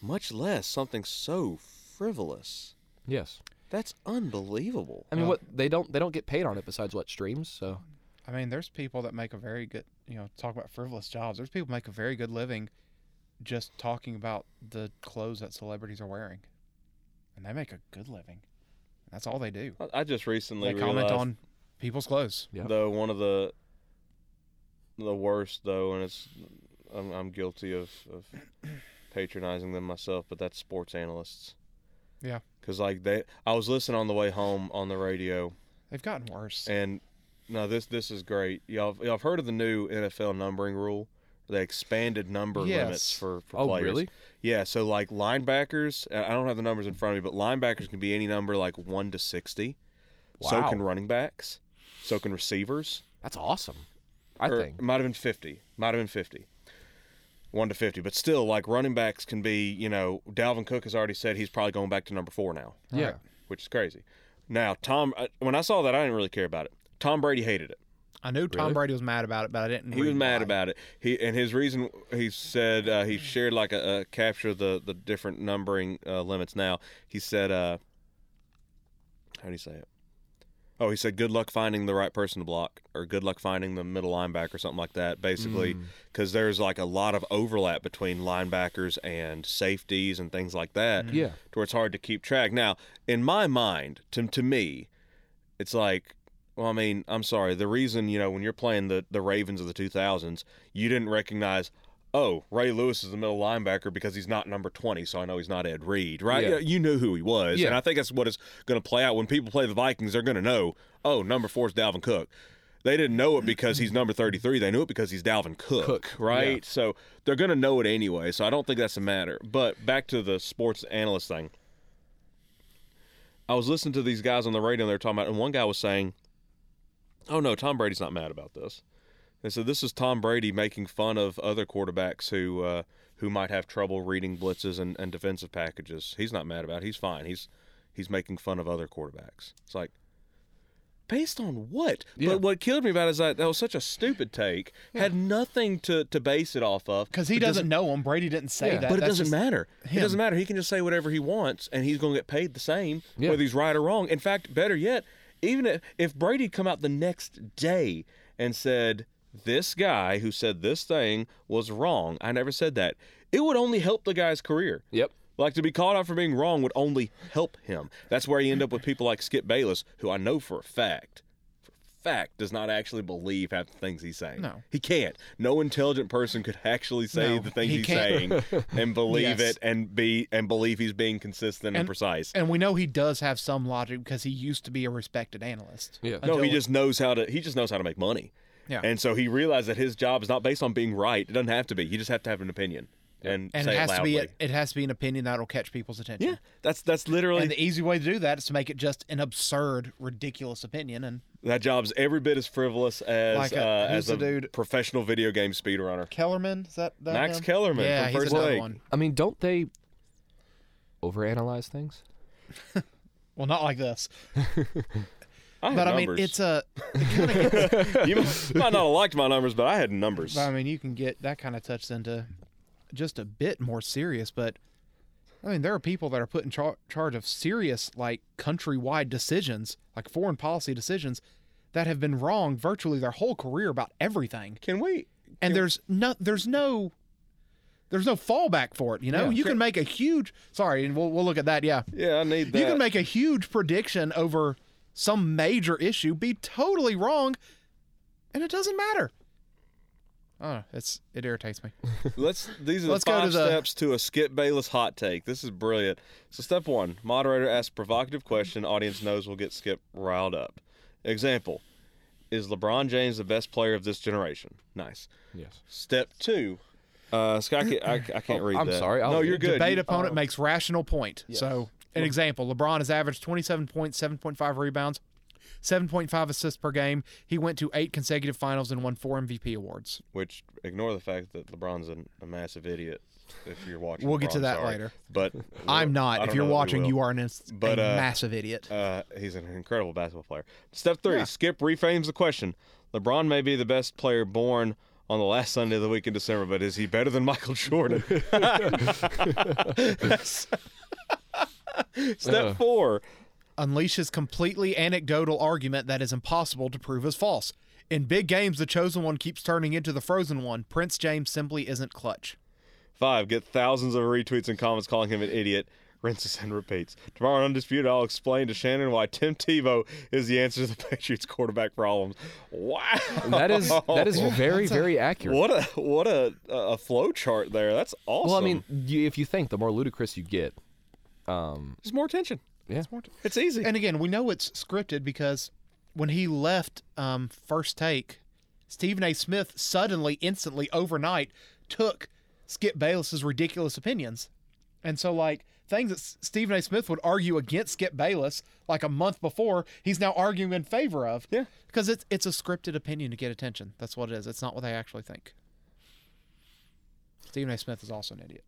much less something so frivolous. yes. Uh, That's unbelievable. I mean, Well- what they don't they don't get paid on it besides what streams. So I mean, there's people that make a very good, you know, talk about frivolous jobs. There's people make a very good living just talking about the clothes that celebrities are wearing. And they make a good living. That's all they do. I- I just recently They comment realized, on people's clothes. Yeah. though one of the the worst though, and it's I'm, I'm guilty of, of patronizing them myself, but that's sports analysts. Yeah. Because like they, I was listening on the way home on the radio, They've gotten worse. and no, this this is great. Y'all, y'all have heard of the new NFL numbering rule? They expanded number limits Yes. for, for oh players. really? Yeah, so like linebackers, I don't have the numbers in front of me, but linebackers can be any number like 1 to 60. So Wow. can running backs. So can receivers. That's awesome. I Or think It might have been 50. Might have been 50. 1 to 50. But still, like running backs can be, you know, Dalvin Cook has already said he's probably going back to number four now, yeah. uh, which is crazy. Now, Tom, I- when I saw that, I didn't really care about it. Tom Brady hated it. I knew Tom Really? Brady was mad about it, but I didn't. He was read mad why. about it. He and his reason he said uh, he shared like a, a capture of the the different numbering uh, limits. Now he said, uh, "How do you say it?" Oh, he said, "Good luck finding the right person to block, or good luck finding the middle linebacker, or something like that." Mm. Basically, because there's like a lot of overlap between linebackers and safeties and things like that Yeah. to where it's hard to keep track. Now, in my mind, to, to me, it's like, well, I mean, I'm sorry. The reason, you know, when you're playing the, the Ravens of the 2000s, you didn't recognize, oh, Ray Lewis is the middle linebacker because he's not number 20, so I know he's not Ed Reed, right? Yeah. You, you knew who he was. Yeah. And I think that's what is going to play out. When people play the Vikings, they're going to know, oh, number four is Dalvin Cook. They didn't know it because he's number 33. They knew it because he's Dalvin Cook, Cook, right? So they're going to know it anyway. So I don't think that's a matter. But back to the sports analyst thing. I was listening to these guys on the radio and they were talking about, and one guy was saying, "Oh no, Tom Brady's not mad about this." They said this is Tom Brady making fun of other quarterbacks who uh, who might have trouble reading blitzes and, and defensive packages. He's not mad about. It. He's fine. He's he's making fun of other quarterbacks. It's like. Based on what? Yeah. But what killed me about it is that that was such a stupid take. Had nothing to, to base it off of. because he It doesn't know him. Brady didn't say Yeah. that. but it That's doesn't just- matter. It him. doesn't matter. He can just say whatever he wants, and he's going to get paid the same, Yeah. whether he's right or wrong. In fact, better yet, even if, if Brady come out the next day and said this guy who said this thing was wrong, I never said that. It would only help the guy's career. Yep. Like to be called out for being wrong would only help him. That's where you end up with people like Skip Bayless, who I know for a fact, for a fact, does not actually believe half the things he's saying. No. he can't. No intelligent person could actually say No, the things he he's can't. saying and believe Yes. it and be and believe he's being consistent and, And- precise. And we know he does have some logic because he used to be a respected analyst. Yeah. no, he until- just knows how to. He just knows how to make money. Yeah. and so he realized that his job is not based on being right. It doesn't have to be. You just have to have an opinion and, And say it has to be loudly. a, it has to be an opinion that'll catch people's attention. yeah, that's that's literally And the easy way to do that is to make it just an absurd, ridiculous opinion. And That job's every bit as frivolous as Like a- uh, as who's a the dude- professional video game speedrunner. Kellerman, is that, that Max him? Kellerman Yeah, from he's First another Take. one. I mean, don't they overanalyze things? Well, not like this, I had but I numbers. mean, it's a. you might might not have liked my numbers, but I had numbers. I mean, you can get that kind of touched into just a bit more serious, but I mean, there are people that are put in char- charge of serious, like countrywide decisions, like foreign policy decisions, that have been wrong virtually their whole career about everything. Can we? and there's no there's no there's no fallback for it you know Yeah. you can make a huge sorry and we'll, we'll look at that yeah Yeah, I need that. you can make a huge prediction over some major issue be totally wrong and it doesn't matter oh it's it irritates me Let's. These are Let's the go to five the- steps to a Skip Bayless hot take. This is brilliant. So step one: moderator asks provocative question. Audience knows will get Skip riled up. Example: Is LeBron James the best player of this generation? Nice. Yes. Oh, Step two. Uh, Sky, I can't, I, I can't read I'm that. sorry, I'll- no, you're good. debate You- uh, opponent makes rational point so an example lebron has averaged 27 points 7.5 rebounds 7.5 assists per game he went to eight consecutive finals and won four mvp awards which ignore the fact that LeBron's a, a massive idiot. If you're watching, We'll get to LeBron, that sorry. later. But i'm I not don't if you're know that we watching will. you are an inst- But, a uh, massive idiot Uh, he's an incredible basketball player. Step three: Skip reframes the question. LeBron may be the best player born on the last Sunday of the week in December, but is he better than Michael Jordan? Uh. Step four. unleashes completely anecdotal argument that is impossible to prove as false. In big games, the chosen one keeps turning into the frozen one. Prince James simply isn't clutch. Five, get thousands of retweets and comments calling him an idiot. Rinses and repeats. Tomorrow on Undisputed, I'll explain to Shannon why Tim Tebow is the answer to the Patriots quarterback problems. Wow. That is that is very very accurate. What a what a a flow chart there. That's awesome. Well, I mean, you, if you think, the more ludicrous you get. Um, there's more tension. yeah. It's easy. And again, we know it's scripted because when he left um, first take, Stephen A. Smith suddenly, instantly, overnight took Skip Bayless's ridiculous opinions. And so, like, things that S- Stephen A. Smith would argue against Skip Bayless like a month before, he's now arguing in favor of. Yeah. Because it's, it's a scripted opinion to get attention. That's what it is. It's not what they actually think. Stephen A. Smith is also an idiot.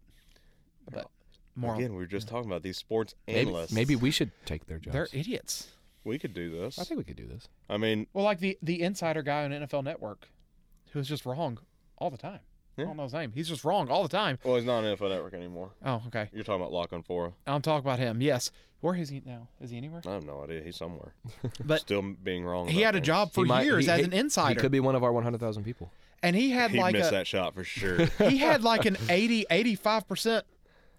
But more on- Again, we were just talking about these sports Maybe, analysts. maybe we should take their they're jobs. idiots. We could do this. I think we could do this. I mean, Well, like the the insider guy on NFL Network, who's just wrong all the time. Yeah. I don't know his name. He's just wrong all the time. well, he's not on NFL Network anymore. Oh, okay. You're talking about Lock on Fora. I'm talking about him. Yes. Where is he now? Is he anywhere? I have no idea. He's somewhere. But- still being wrong. He about had a things. job for He might- years he- as he- an He insider, could be one of our 100,000 people. and he had He'd like miss a, that shot for sure. he had like an 80 85%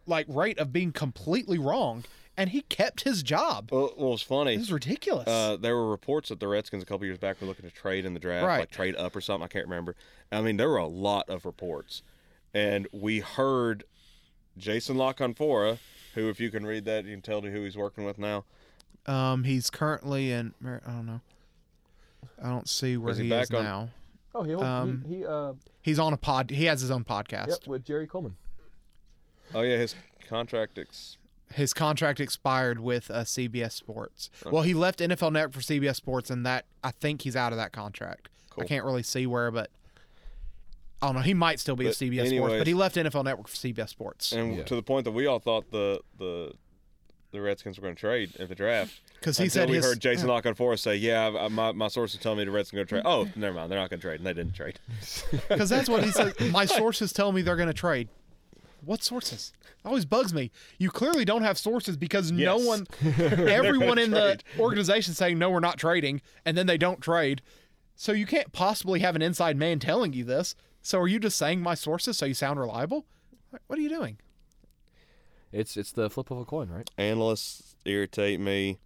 like rate of being completely wrong and he kept his job well, well, it's this funny. is ridiculous Uh, there were reports that the Redskins a couple years back were looking to trade in the draft, Right. like trade up or something. I can't remember. I mean, there were a lot of reports, and we heard Jason Lockonfora, who, if you can read that, you can tell who he's working with now. um he's currently in Mar- i don't know i don't see where Is he he, back is on- now Oh, he, Um, he, uh, he's on a pod he has his own podcast with Jerry Coleman. Oh yeah, his contract ex- his contract expired with uh, cbs sports Oh. well he left nfl network for cbs sports and that i think he's out of that contract Cool. i can't really see where but I don't know. He might still be at But CBS Sports, anyways- but he left NFL Network for CBS Sports And Yeah. to the point that we all thought the the the Redskins were going to trade at the draft. because he until said we his, heard Jason Lock on Forrest say, "Yeah, I, I, my my sources tell me the Redskins going to trade." Oh, never mind, they're not going to trade, and they didn't trade. Because that's what he says. My sources tell me they're going to trade. What sources? Always bugs me. You clearly don't have sources because no Yes. one, everyone in trade. the organization saying no, we're not trading, and then they don't trade. So you can't possibly have an inside man telling you this. So are you just saying my sources so you sound reliable? Like, What are you doing? It's it's the flip of a coin, right? Analysts irritate me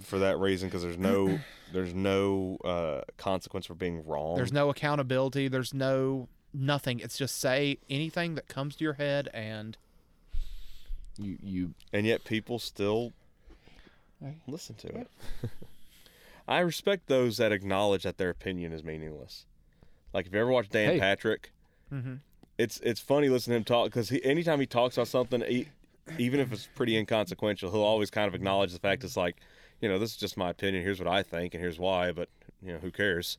for that reason because there's no there's no uh, consequence for being wrong. There's no accountability. There's no nothing. It's just say anything that comes to your head and You you and yet people still Right. listen to it. I respect those that acknowledge that their opinion is meaningless. Like if you ever watch Dan Hey. Mm-hmm. Patrick, Mhm. it's it's funny listening to him talk because he, anytime he talks about something, he, even if it's pretty inconsequential, he'll always kind of acknowledge the fact it's like, you know, this is just my opinion. Here's what I think, and here's why. But you know, who cares?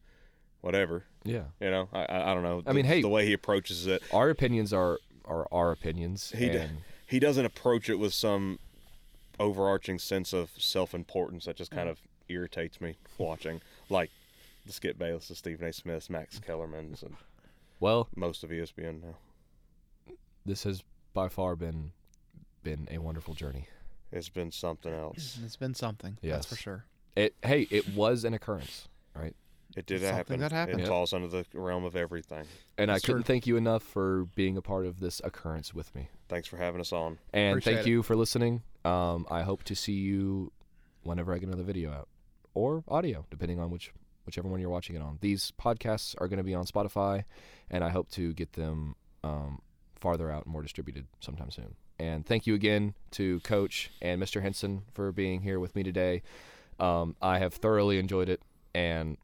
Whatever. yeah. You know, I I, I don't know. I mean, The- hey. the way he approaches it, Our opinions are are our opinions. he d- and he doesn't approach it with some overarching sense of self-importance that just kind of irritates me watching like the Skip Bayless, the Stephen A. Smiths, Max Kellerman's, and well, most of E ESPN now. this has by far been been a wonderful journey. It's been something else. it's been something. Yes. That's for sure. It hey, it was an occurrence, right? It did Something happen. that happened. It Yeah. falls under the realm of everything. And That's I couldn't thank you enough for being a part of this occurrence with me. Thanks for having us on. And Appreciate thank it. you for listening. Um, I hope to see you whenever I get another video out or audio, depending on which whichever one you're watching it on. These podcasts are going to be on Spotify, and I hope to get them um, farther out and more distributed sometime soon. And thank you again to Coach and Mr. Henson for being here with me today. Um, I have thoroughly enjoyed it, and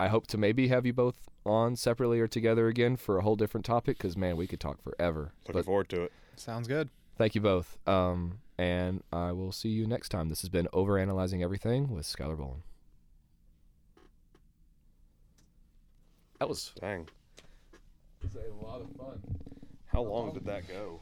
I hope to maybe have you both on separately or together again for a whole different topic because, man, we could talk forever. Looking But forward to it. Sounds good. Thank you both. Um, and I will see you next time. This has been Overanalyzing Everything with Skylar Bowen. That was Dang. a lot of fun. How long did that go?